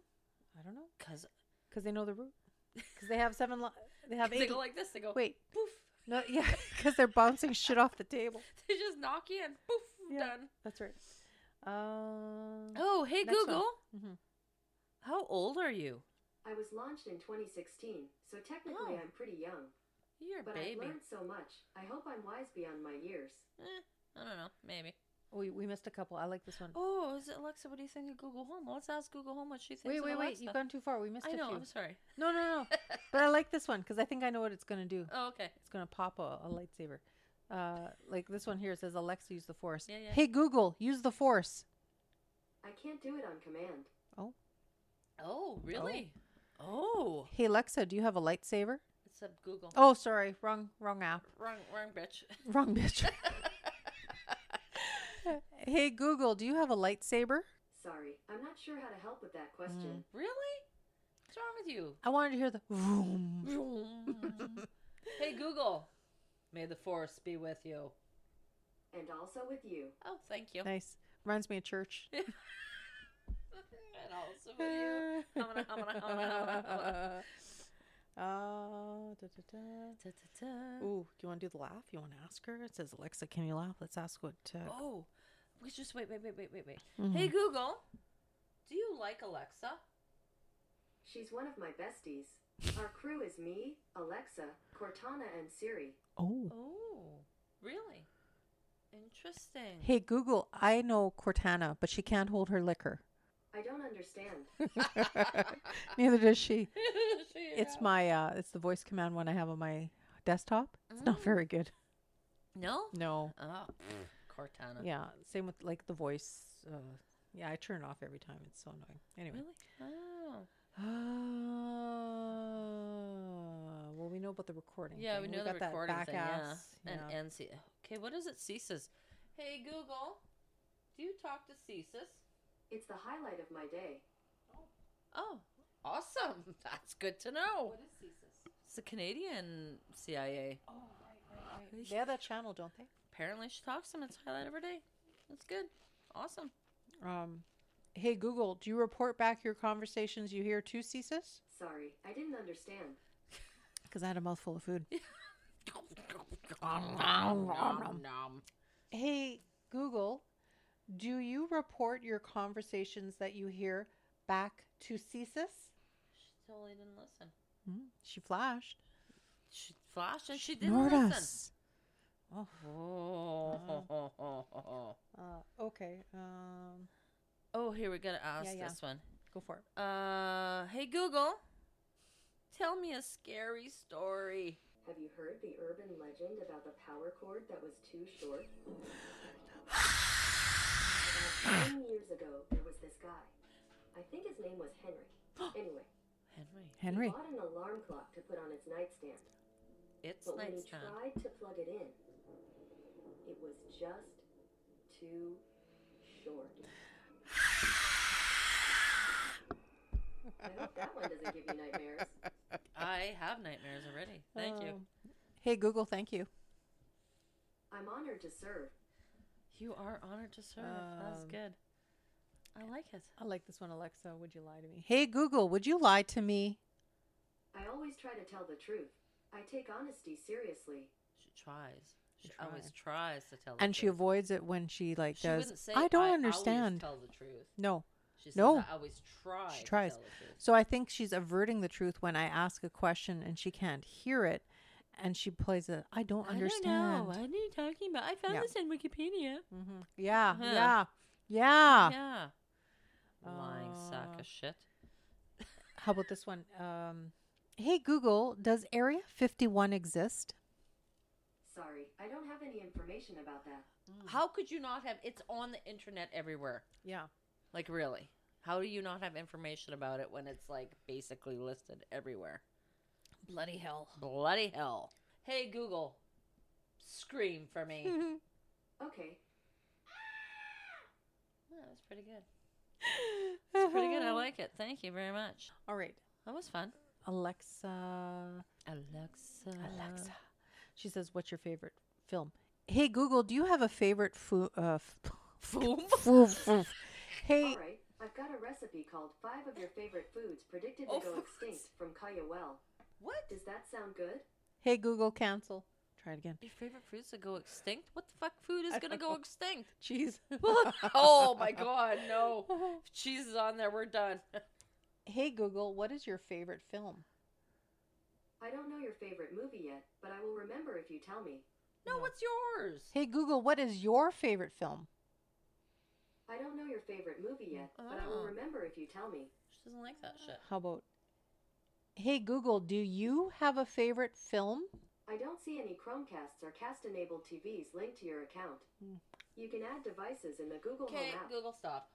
Speaker 2: I don't know.
Speaker 3: Because
Speaker 2: Because they know the route. Because they have seven. Li- they have
Speaker 3: they
Speaker 2: eight.
Speaker 3: go like this. They go
Speaker 2: Wait.
Speaker 3: Poof.
Speaker 2: No, yeah, because they're bouncing shit off the table.
Speaker 3: They just knock you and poof.
Speaker 2: Yeah,
Speaker 3: Done.
Speaker 2: that's right. Um,
Speaker 3: Oh, hey
Speaker 2: next one.
Speaker 3: Google.
Speaker 2: Mhm.
Speaker 3: How old are you?
Speaker 1: I was launched in 2016, so technically
Speaker 3: Oh.
Speaker 1: I'm pretty young.
Speaker 3: You're a
Speaker 1: But I've
Speaker 3: baby.
Speaker 1: learned so much. I hope I'm wise beyond my years.
Speaker 3: Eh, I don't know. Maybe.
Speaker 2: we we missed a couple. I like this one.
Speaker 3: Oh, is it Alexa? What do you think of Google Home? Let's ask Google Home what she thinks.
Speaker 2: wait,
Speaker 3: of
Speaker 2: wait, wait!
Speaker 3: Alexa.
Speaker 2: You've gone too far. We missed
Speaker 3: I
Speaker 2: a
Speaker 3: know.
Speaker 2: few.
Speaker 3: I'm sorry.
Speaker 2: No, no, no! but I like this one because I think I know what it's gonna do.
Speaker 3: Oh, okay.
Speaker 2: It's gonna pop a, a lightsaber. Uh, like this one here says, "Alexa, use the Force."
Speaker 3: Yeah, yeah.
Speaker 2: Hey Google, use the Force.
Speaker 1: I can't do it on command.
Speaker 2: Oh.
Speaker 3: Oh, really? Oh,
Speaker 2: Hey Alexa, do you have a lightsaber?
Speaker 3: it's a Google.
Speaker 2: Oh, sorry, wrong, wrong app,
Speaker 3: Wrong, wrong, bitch.
Speaker 2: wrong bitch. hey Google, do you have a lightsaber?
Speaker 1: Sorry, I'm not sure how to help with that question.
Speaker 3: Really? What's wrong with you?
Speaker 2: I wanted to hear the vroom.
Speaker 3: hey Google, may the force be with you.
Speaker 1: And also with you.
Speaker 3: Oh, thank you.
Speaker 2: Nice. Reminds me of church.
Speaker 3: And also with you. Humana, humana, humana, humana, humana.
Speaker 2: Uh, da, da, da.
Speaker 3: Da, da, da.
Speaker 2: Ooh, do you want to do the laugh? You want to ask her? It says, Alexa, can you laugh? Let's ask what. Uh,
Speaker 3: Oh, we just wait, wait, wait, wait, wait, wait.
Speaker 2: Mm-hmm.
Speaker 3: Hey Google, do you like Alexa?
Speaker 1: She's one of my besties. Our crew is me, Alexa, Cortana, and Siri.
Speaker 2: oh.
Speaker 3: Oh, really? Interesting.
Speaker 2: Hey, Google, I know Cortana, but she can't hold her liquor.
Speaker 1: I don't understand.
Speaker 2: Neither does she.
Speaker 3: She-
Speaker 2: It's my, uh, it's the voice command one I have on my desktop. It's not very good.
Speaker 3: no.
Speaker 2: No.
Speaker 3: Oh, pff, Cortana.
Speaker 2: Yeah. Same with like the voice. Uh, yeah, I turn it off every time. It's so annoying. Anyway.
Speaker 3: Really? Oh.
Speaker 2: Uh, well, we know about the recording.
Speaker 3: Yeah, we
Speaker 2: thing.
Speaker 3: know the
Speaker 2: got that
Speaker 3: recording
Speaker 2: back
Speaker 3: thing.
Speaker 2: ass,
Speaker 3: yeah.
Speaker 2: yeah.
Speaker 3: And and see. Okay, what does it ceases? Hey Google, do you talk to ceases?
Speaker 1: It's the highlight of my day.
Speaker 3: Oh, awesome. That's good to know. What is CSIS? It's the Canadian CIA.
Speaker 2: They have that channel, don't they?
Speaker 3: Apparently, she talks to him. It's highlight every day. That's good. Awesome.
Speaker 2: Um, hey Google, do you report back your conversations you hear to CSIS?
Speaker 1: Sorry, I didn't understand.
Speaker 2: Because I had a mouthful of food.
Speaker 3: Nom, nom.
Speaker 2: hey Google, do you report your conversations that you hear back to CSIS?
Speaker 3: She totally didn't listen.
Speaker 2: Hmm, She flashed.
Speaker 3: She flashed and she didn't listen. Oh,
Speaker 2: Uh, okay. Um,
Speaker 3: oh, here we gotta ask
Speaker 2: yeah.
Speaker 3: this one.
Speaker 2: go for it.
Speaker 3: Uh, hey Google, tell me a scary story.
Speaker 1: Have you heard the urban legend about the power cord that was too short? About 10 years ago, there was this guy. I think his name was Henry. Anyway,
Speaker 3: Henry,
Speaker 2: Henry.
Speaker 1: he bought an alarm clock to put on his nightstand,
Speaker 3: it's
Speaker 1: but when he
Speaker 3: nightstand.
Speaker 1: tried to plug it in, it was just too short. I hope that one doesn't give you nightmares.
Speaker 3: I have nightmares already. Thank you.
Speaker 2: Um, Hey Google, thank you.
Speaker 1: I'm honored to serve.
Speaker 3: You are honored to serve. That's
Speaker 2: Um,
Speaker 3: good. I like it.
Speaker 2: I like this one, Alexa. Would you lie to me? Hey Google, would you lie to me?
Speaker 1: I always try to tell the truth. I take honesty seriously.
Speaker 3: She tries. She
Speaker 2: She
Speaker 3: always tries to tell. The
Speaker 2: And she
Speaker 3: truth.
Speaker 2: avoids it when she like
Speaker 3: She
Speaker 2: does.
Speaker 3: wouldn't say.
Speaker 2: I don't
Speaker 3: always
Speaker 2: understand.
Speaker 3: Tell the truth.
Speaker 2: No,
Speaker 3: She says,
Speaker 2: No.
Speaker 3: I always try.
Speaker 2: she
Speaker 3: to
Speaker 2: tries.
Speaker 3: tell the truth.
Speaker 2: So I think she's averting the truth when I ask a question and she can't hear it, and she plays it. I don't
Speaker 3: I
Speaker 2: understand.
Speaker 3: don't know. What are you talking about? I found
Speaker 2: Yeah.
Speaker 3: this in Wikipedia.
Speaker 2: Mhm. Yeah,
Speaker 3: Huh.
Speaker 2: yeah, yeah,
Speaker 3: Yeah. Lying sack
Speaker 2: Ah. Uh,
Speaker 3: of shit.
Speaker 2: How about this one? Um, hey Google, does Area Fifty One exist?
Speaker 1: Sorry, I don't have any information about that.
Speaker 3: How could you not have? It's on the internet everywhere.
Speaker 2: Yeah.
Speaker 3: Like really? How do you not have information about it when it's like basically listed everywhere?
Speaker 2: Bloody hell.
Speaker 3: Bloody hell! Hey Google, scream for me.
Speaker 1: Okay,
Speaker 3: Yeah, that was pretty good. It's pretty good. I like it. Thank you very much.
Speaker 2: All right,
Speaker 3: That was fun.
Speaker 2: Alexa.
Speaker 3: Alexa.
Speaker 2: Alexa. She says, "What's your favorite film?" Hey Google, do you have a favorite food? Uh, f-
Speaker 3: Foom.
Speaker 2: foo- foo- hey,
Speaker 1: all right. I've got a recipe called Five of Your Favorite Foods Predicted to
Speaker 3: Oh,
Speaker 1: Go
Speaker 3: foods.
Speaker 1: Extinct from Cayuel.
Speaker 3: What?
Speaker 1: Does that sound good?
Speaker 2: hey Google, cancel. Try it again.
Speaker 3: Your favorite foods that go extinct? What the fuck food is
Speaker 2: I
Speaker 3: gonna
Speaker 2: don't
Speaker 3: go
Speaker 2: know.
Speaker 3: extinct?
Speaker 2: Cheese.
Speaker 3: oh my god, no. If cheese is on there, we're done.
Speaker 2: hey Google, what is your favorite film?
Speaker 1: I don't know your favorite movie yet, but I will remember if you tell me.
Speaker 3: No, what's yours?
Speaker 2: Hey Google, what is your favorite film?
Speaker 1: I don't know your favorite movie yet, but I will
Speaker 3: Oh.
Speaker 1: remember if you tell me.
Speaker 3: She doesn't like that shit.
Speaker 2: How about? Hey Google, do you have a favorite film?
Speaker 1: I don't see any Chromecasts or cast enabled TVs linked to your account. You can add devices in the Google
Speaker 3: Okay,
Speaker 1: Home app.
Speaker 3: Hmm. Google, stop.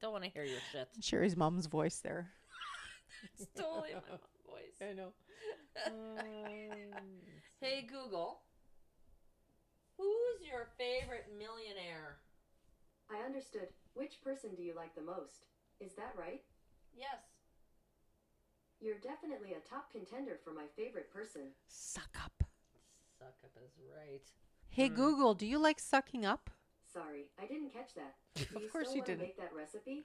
Speaker 3: Don't want to hear your shit.
Speaker 2: Sherry's mom's voice there.
Speaker 3: It's totally my mom's voice.
Speaker 2: I know.
Speaker 3: Hey Google, who's your favorite millionaire?
Speaker 1: I understood. Which person do you like the most? Is that right?
Speaker 3: Yes.
Speaker 1: You're definitely a top contender for my favorite person.
Speaker 2: Suck up.
Speaker 3: Suck up is right.
Speaker 2: Hey
Speaker 3: Hmm.
Speaker 2: Google, do you like sucking up?
Speaker 1: Sorry, I didn't catch that. Do
Speaker 2: Of
Speaker 1: you
Speaker 2: course
Speaker 1: still
Speaker 2: you
Speaker 1: wanna
Speaker 2: didn't.
Speaker 1: Make that recipe?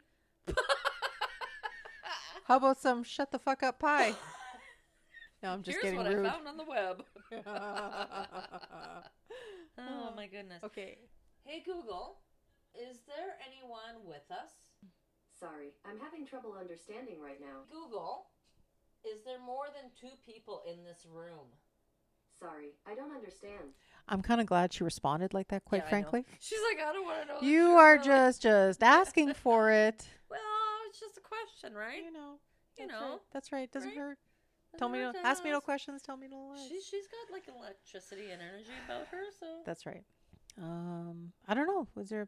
Speaker 2: How about some shut the fuck up pie? no, I'm just
Speaker 3: Here's
Speaker 2: getting
Speaker 3: what
Speaker 2: rude.
Speaker 3: I found on the web. oh my goodness.
Speaker 2: okay.
Speaker 3: Hey Google, is there anyone with us?
Speaker 1: Sorry, I'm having trouble understanding right now.
Speaker 3: Google, is there more than two people in this room?
Speaker 1: Sorry, I don't understand.
Speaker 2: I'm kind of glad she responded like that, quite
Speaker 3: Yeah, I know.
Speaker 2: frankly.
Speaker 3: She's like, I don't want to know. the
Speaker 2: You
Speaker 3: truth.
Speaker 2: are
Speaker 3: I'm like,
Speaker 2: just just asking for it.
Speaker 3: Well, it's just a question, right?
Speaker 2: You know.
Speaker 3: You
Speaker 2: that's right,
Speaker 3: know,
Speaker 2: That's right. Doesn't
Speaker 3: right?
Speaker 2: hurt.
Speaker 3: Doesn't
Speaker 2: Tell me no,
Speaker 3: hurt to
Speaker 2: ask me no
Speaker 3: ask.
Speaker 2: questions, tell me no lies.
Speaker 3: She she's got like electricity and energy about her, so
Speaker 2: That's right. Um, I don't know. Was there?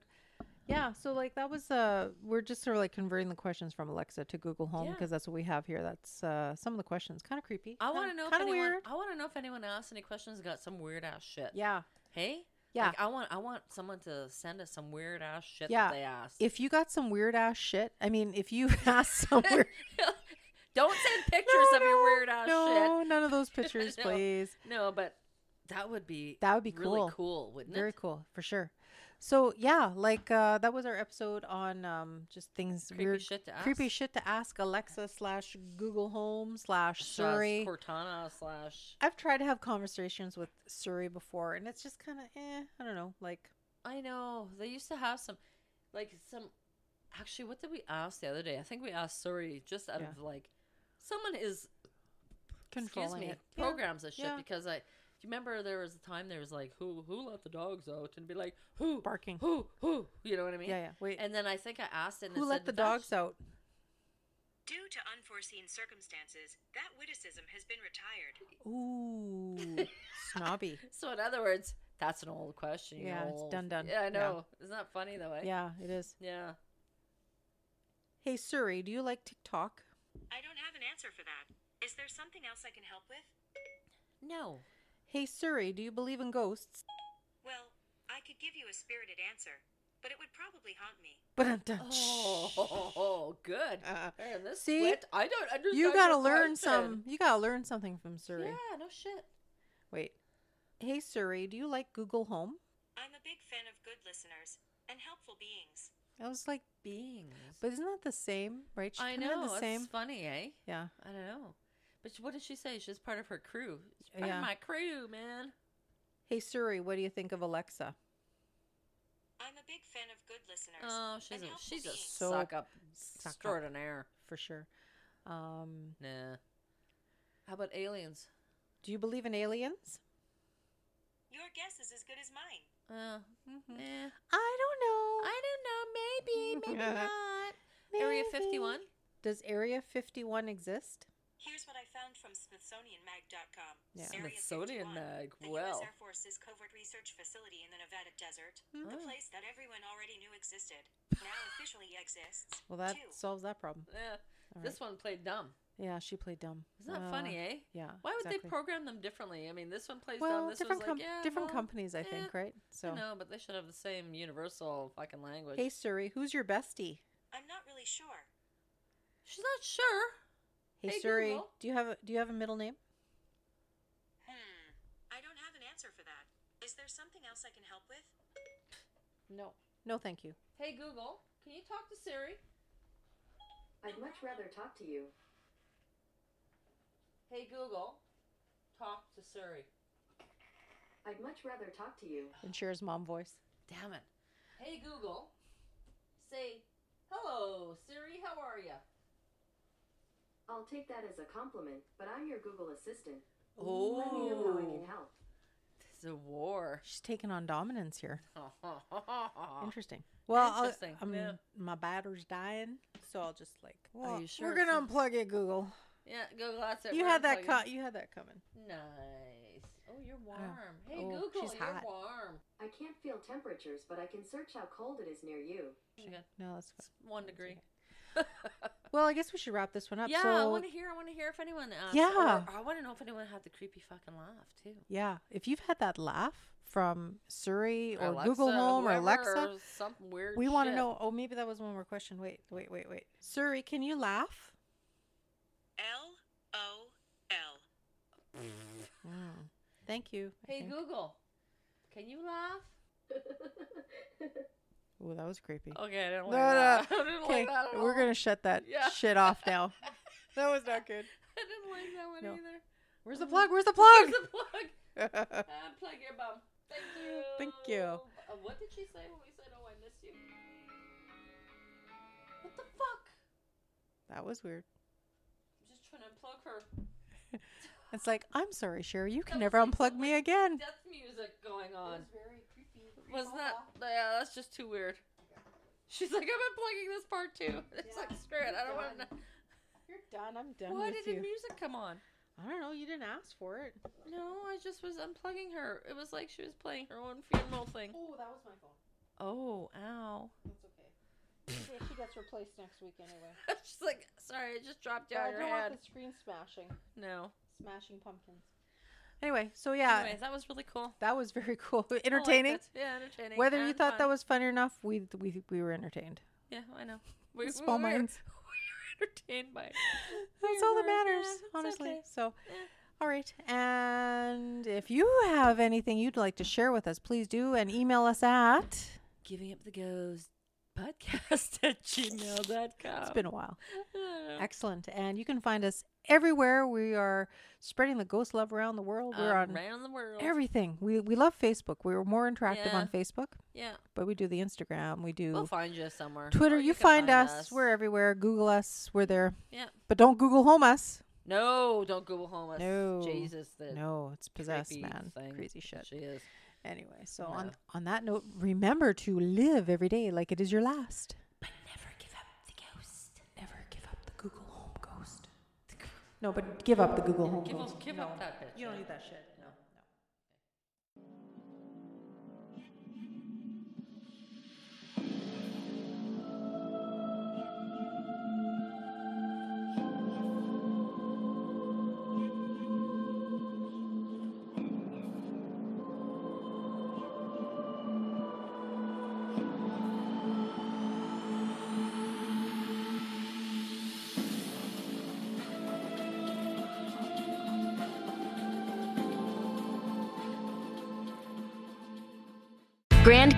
Speaker 2: Yeah. So like that was uh, we're just sort of like converting the questions from Alexa to Google Home
Speaker 3: Yeah.
Speaker 2: because that's what we have here. That's uh, some of the questions. Kind of creepy.
Speaker 3: I want to know if
Speaker 2: Kind of
Speaker 3: anyone.
Speaker 2: weird.
Speaker 3: I want to know if anyone asked any questions. Got some weird ass shit.
Speaker 2: Yeah.
Speaker 3: Hey,
Speaker 2: Yeah.
Speaker 3: Like, I want I want someone to send us some weird ass shit
Speaker 2: Yeah.
Speaker 3: that they asked.
Speaker 2: If you got some weird ass shit, I mean, if you asked some weird
Speaker 3: Don't send pictures
Speaker 2: No,
Speaker 3: of your
Speaker 2: no,
Speaker 3: weird ass
Speaker 2: no,
Speaker 3: shit.
Speaker 2: none of those pictures,
Speaker 3: No.
Speaker 2: please.
Speaker 3: No, but that would be
Speaker 2: That would be cool.
Speaker 3: really cool, wouldn't
Speaker 2: Very
Speaker 3: it?
Speaker 2: cool for sure. So yeah, like uh, that was our episode on um, just things
Speaker 3: Creepy
Speaker 2: weird,
Speaker 3: shit to
Speaker 2: creepy
Speaker 3: ask.
Speaker 2: shit to ask Alexa slash Google Home slash
Speaker 3: Slash
Speaker 2: Siri.
Speaker 3: Cortana slash.
Speaker 2: I've tried to have conversations with Siri before, and it's just kind of eh. I don't know, like
Speaker 3: I know they used to have some, like some. Actually, what did we ask the other day? I think we asked Suri just out
Speaker 2: Yeah.
Speaker 3: of like, someone is
Speaker 2: controlling
Speaker 3: excuse me,
Speaker 2: it. Yeah,
Speaker 3: programs this shit
Speaker 2: yeah.
Speaker 3: because I. Do you remember there was a time there was like who who let the dogs out and be like who
Speaker 2: Barking.
Speaker 3: who who you know what I mean
Speaker 2: Yeah, yeah. Wait.
Speaker 3: and then I think I asked it and
Speaker 2: Who
Speaker 3: it
Speaker 2: let
Speaker 3: said
Speaker 2: the
Speaker 3: that that
Speaker 2: dogs out?
Speaker 4: Due to unforeseen circumstances, that witticism has been retired.
Speaker 2: Ooh, snobby.
Speaker 3: So in other words, that's an old question. you
Speaker 2: Yeah, it's
Speaker 3: old-
Speaker 2: done, done.
Speaker 3: Yeah,
Speaker 2: Yeah.
Speaker 3: I know. Isn't that funny though? Eh?
Speaker 2: Yeah, it is.
Speaker 3: Yeah.
Speaker 2: Hey Siri, do you like TikTok?
Speaker 4: I don't have an answer for that. Is there something else I can help with?
Speaker 3: No.
Speaker 2: Hey Siri, do you believe in ghosts?
Speaker 4: Well, I could give you a spirited answer, but it would probably haunt me.
Speaker 2: But
Speaker 3: Oh, good.
Speaker 2: Uh,
Speaker 3: Man, this
Speaker 2: see?
Speaker 3: wit- I don't understand.
Speaker 2: you gotta
Speaker 3: your
Speaker 2: learn
Speaker 3: question.
Speaker 2: some. You gotta learn something from Siri.
Speaker 3: Yeah. No shit.
Speaker 2: Wait. Hey Siri, do you like Google Home?
Speaker 4: I'm a big fan of good listeners and helpful beings.
Speaker 2: I was like,
Speaker 3: Beings.
Speaker 2: but isn't that the same, right? She
Speaker 3: I
Speaker 2: kinda had
Speaker 3: know.
Speaker 2: The
Speaker 3: It's
Speaker 2: same.
Speaker 3: funny, eh?
Speaker 2: Yeah.
Speaker 3: I don't know. But what did she say? She's part of her crew. She's part
Speaker 2: Yeah.
Speaker 3: of my crew, man.
Speaker 2: Hey Siri, what do you think of Alexa?
Speaker 4: I'm a big fan of good listeners.
Speaker 3: Oh, she's
Speaker 4: and
Speaker 3: a,
Speaker 4: helpful
Speaker 3: she's a
Speaker 4: beings.
Speaker 2: So
Speaker 3: suck up
Speaker 2: suck up.
Speaker 3: extraordinaire.
Speaker 2: For sure. Um,
Speaker 3: Nah. How about aliens?
Speaker 2: do you believe in aliens?
Speaker 4: Your guess is as good as mine.
Speaker 3: Uh, eh.
Speaker 2: I don't know.
Speaker 3: I don't know. Maybe, maybe not. Area
Speaker 2: Maybe.
Speaker 3: 51.
Speaker 2: Does Area 51 exist?
Speaker 4: Here's what I found from SmithsonianMag.com.
Speaker 2: Yeah.
Speaker 4: Area
Speaker 3: Smithsonian
Speaker 4: 51,
Speaker 3: Mag,
Speaker 4: The
Speaker 3: well.
Speaker 4: U.S. Air Force's covert research facility in the Nevada desert,
Speaker 3: Hmm.
Speaker 4: the place that everyone already knew existed, now officially exists.
Speaker 2: Well, that
Speaker 4: too.
Speaker 2: solves that problem.
Speaker 3: Yeah.
Speaker 2: All
Speaker 3: This one played dumb.
Speaker 2: Yeah, she played dumb.
Speaker 3: Isn't that
Speaker 2: Uh,
Speaker 3: funny, eh?
Speaker 2: yeah,
Speaker 3: Why would
Speaker 2: exactly.
Speaker 3: they program them differently? I mean, this one plays
Speaker 2: Well,
Speaker 3: dumb. This
Speaker 2: different
Speaker 3: one's
Speaker 2: com-
Speaker 3: like, yeah,
Speaker 2: different
Speaker 3: well,
Speaker 2: companies, I think,
Speaker 3: eh,
Speaker 2: right? So,
Speaker 3: no, but they should have the same universal fucking language.
Speaker 2: hey Siri, who's your bestie?
Speaker 4: I'm not really sure.
Speaker 3: She's not sure.
Speaker 2: Hey,
Speaker 3: Hey,
Speaker 2: Suri,
Speaker 3: Google.
Speaker 2: do you have a, do you have a middle name?
Speaker 4: Hmm. I don't have an answer for that. Is there something else I can help with?
Speaker 3: No.
Speaker 2: No, thank you.
Speaker 3: Hey Google, can you talk to Siri?
Speaker 1: I'd much rather talk to you.
Speaker 3: Hey Google, talk to Siri.
Speaker 1: I'd much rather talk to you.
Speaker 2: And Cher's mom voice.
Speaker 3: Damn it. Hey Google, say hello Siri. How are you?
Speaker 1: I'll take that as a compliment, but I'm your Google assistant. Let me know how I
Speaker 3: Oh,
Speaker 1: can help.
Speaker 3: it's a war.
Speaker 2: She's taking on dominance here.
Speaker 3: Are
Speaker 2: Interesting. Well, I'll-
Speaker 3: Interesting,
Speaker 2: I'm,
Speaker 3: yeah.
Speaker 2: my battery's dying, so I'll just like. Well,
Speaker 3: you sure
Speaker 2: We're
Speaker 3: it's
Speaker 2: gonna unplug it, Google.
Speaker 3: Yeah, Google. That's it.
Speaker 2: You
Speaker 3: We're
Speaker 2: had that.
Speaker 3: unplugging.
Speaker 2: Co- you had that coming.
Speaker 3: Nice. Oh, you're warm.
Speaker 2: Oh,
Speaker 3: Hey,
Speaker 2: oh,
Speaker 3: Google,
Speaker 2: she's
Speaker 3: you're
Speaker 2: hot.
Speaker 3: warm.
Speaker 1: I can't feel temperatures, but I can search how cold it is near you.
Speaker 3: She got
Speaker 2: No, that's fine.
Speaker 3: s- one degree.
Speaker 2: Well, I guess we should wrap this one up.
Speaker 3: yeah,
Speaker 2: so,
Speaker 3: I want to hear. I want to hear if anyone. Asked,
Speaker 2: Yeah.
Speaker 3: or I want to know if anyone had the creepy fucking laugh too.
Speaker 2: yeah, if you've had that laugh from Siri or
Speaker 3: Alexa
Speaker 2: Google Home or
Speaker 3: whoever
Speaker 2: Alexa,
Speaker 3: or some weird.
Speaker 2: we want to
Speaker 3: shit.
Speaker 2: know. Oh, maybe that was one more question. Wait, wait, wait, wait. Siri, can you laugh?
Speaker 4: L O L.
Speaker 2: Mm. Thank you. I
Speaker 3: Hey
Speaker 2: think.
Speaker 3: Google, can you laugh?
Speaker 2: Ooh, that was creepy.
Speaker 3: Okay, Oh, I didn't like
Speaker 2: No,
Speaker 3: that.
Speaker 2: no.
Speaker 3: I didn't
Speaker 2: Okay,
Speaker 3: like that at
Speaker 2: we're
Speaker 3: all.
Speaker 2: gonna shut that
Speaker 3: Yeah.
Speaker 2: shit off now. that was not good.
Speaker 3: I didn't like that one
Speaker 2: No.
Speaker 3: either.
Speaker 2: Where's
Speaker 3: Mm.
Speaker 2: the plug? Where's the
Speaker 3: There's
Speaker 2: plug?
Speaker 3: a plug. Unplug your bum.
Speaker 2: Thank
Speaker 3: Thank you.
Speaker 2: you.
Speaker 3: Uh, what did she say when we said, "Oh, I miss you"? What the fuck?
Speaker 2: that was weird.
Speaker 3: I'm just trying to unplug her.
Speaker 2: It's like I'm sorry, Sherry. You can
Speaker 3: That
Speaker 2: never
Speaker 3: was
Speaker 2: unplug
Speaker 3: like some,
Speaker 2: me
Speaker 3: like,
Speaker 2: again.
Speaker 3: Death music going on. It was very creepy. Wasn't that? Yeah, that's just too weird. She's like, I've been plugging this part too. It's like, screw it. I don't want to.
Speaker 2: You're done. I'm done
Speaker 3: Why
Speaker 2: with
Speaker 3: did
Speaker 2: you.
Speaker 3: the music come on?
Speaker 2: I don't know. You didn't ask for it.
Speaker 3: No, I just was unplugging her. It was like she was playing her own funeral thing.
Speaker 2: Oh, that was my phone.
Speaker 3: Oh, ow.
Speaker 2: That's okay. she gets replaced next week anyway.
Speaker 3: She's like, sorry, I just dropped you on your head.
Speaker 2: screen smashing,
Speaker 3: No.
Speaker 2: smashing pumpkins. Anyway, so yeah,
Speaker 3: Anyway, that was really cool.
Speaker 2: that was very cool,
Speaker 3: I liked
Speaker 2: Uh, entertaining.
Speaker 3: it. Yeah, entertaining.
Speaker 2: Whether you
Speaker 3: and
Speaker 2: thought that
Speaker 3: fun.
Speaker 2: was funny or not, we we we were entertained.
Speaker 3: Yeah, I know. We,
Speaker 2: Small
Speaker 3: we were-
Speaker 2: minds.
Speaker 3: We were entertained by it.
Speaker 2: That's all that
Speaker 3: were,
Speaker 2: matters,
Speaker 3: yeah, it's
Speaker 2: honestly.
Speaker 3: okay.
Speaker 2: So, all right. And if you have anything you'd like to share with us, please do and email us at.
Speaker 3: Giving up the goes podcast at gmail.com.
Speaker 2: It's been a while. Oh. Excellent. And you can find us everywhere. We are spreading the ghost love around the world. We're on
Speaker 3: around the world.
Speaker 2: everything. We we love Facebook. We're more interactive
Speaker 3: Yeah.
Speaker 2: on Facebook,
Speaker 3: yeah.
Speaker 2: but we do the Instagram. We do
Speaker 3: We'll find you somewhere.
Speaker 2: Twitter.
Speaker 3: Or
Speaker 2: You,
Speaker 3: can
Speaker 2: find, us. We're everywhere. Google us. We're there.
Speaker 3: Yeah.
Speaker 2: But don't Google home us.
Speaker 3: No, don't Google homeless.
Speaker 2: No.
Speaker 3: Jesus. The
Speaker 2: No, it's possessed,
Speaker 3: creepy
Speaker 2: man.
Speaker 3: thing.
Speaker 2: Crazy shit.
Speaker 3: She is.
Speaker 2: Anyway, so on on that note, remember to live every day like it is your last. But never give up the ghost. Never give up the Google Home ghost. No, but give up the Google Home
Speaker 3: Give,
Speaker 2: ghost.
Speaker 3: up- give up that bitch.
Speaker 2: You don't need that shit. No. no.
Speaker 1: Grand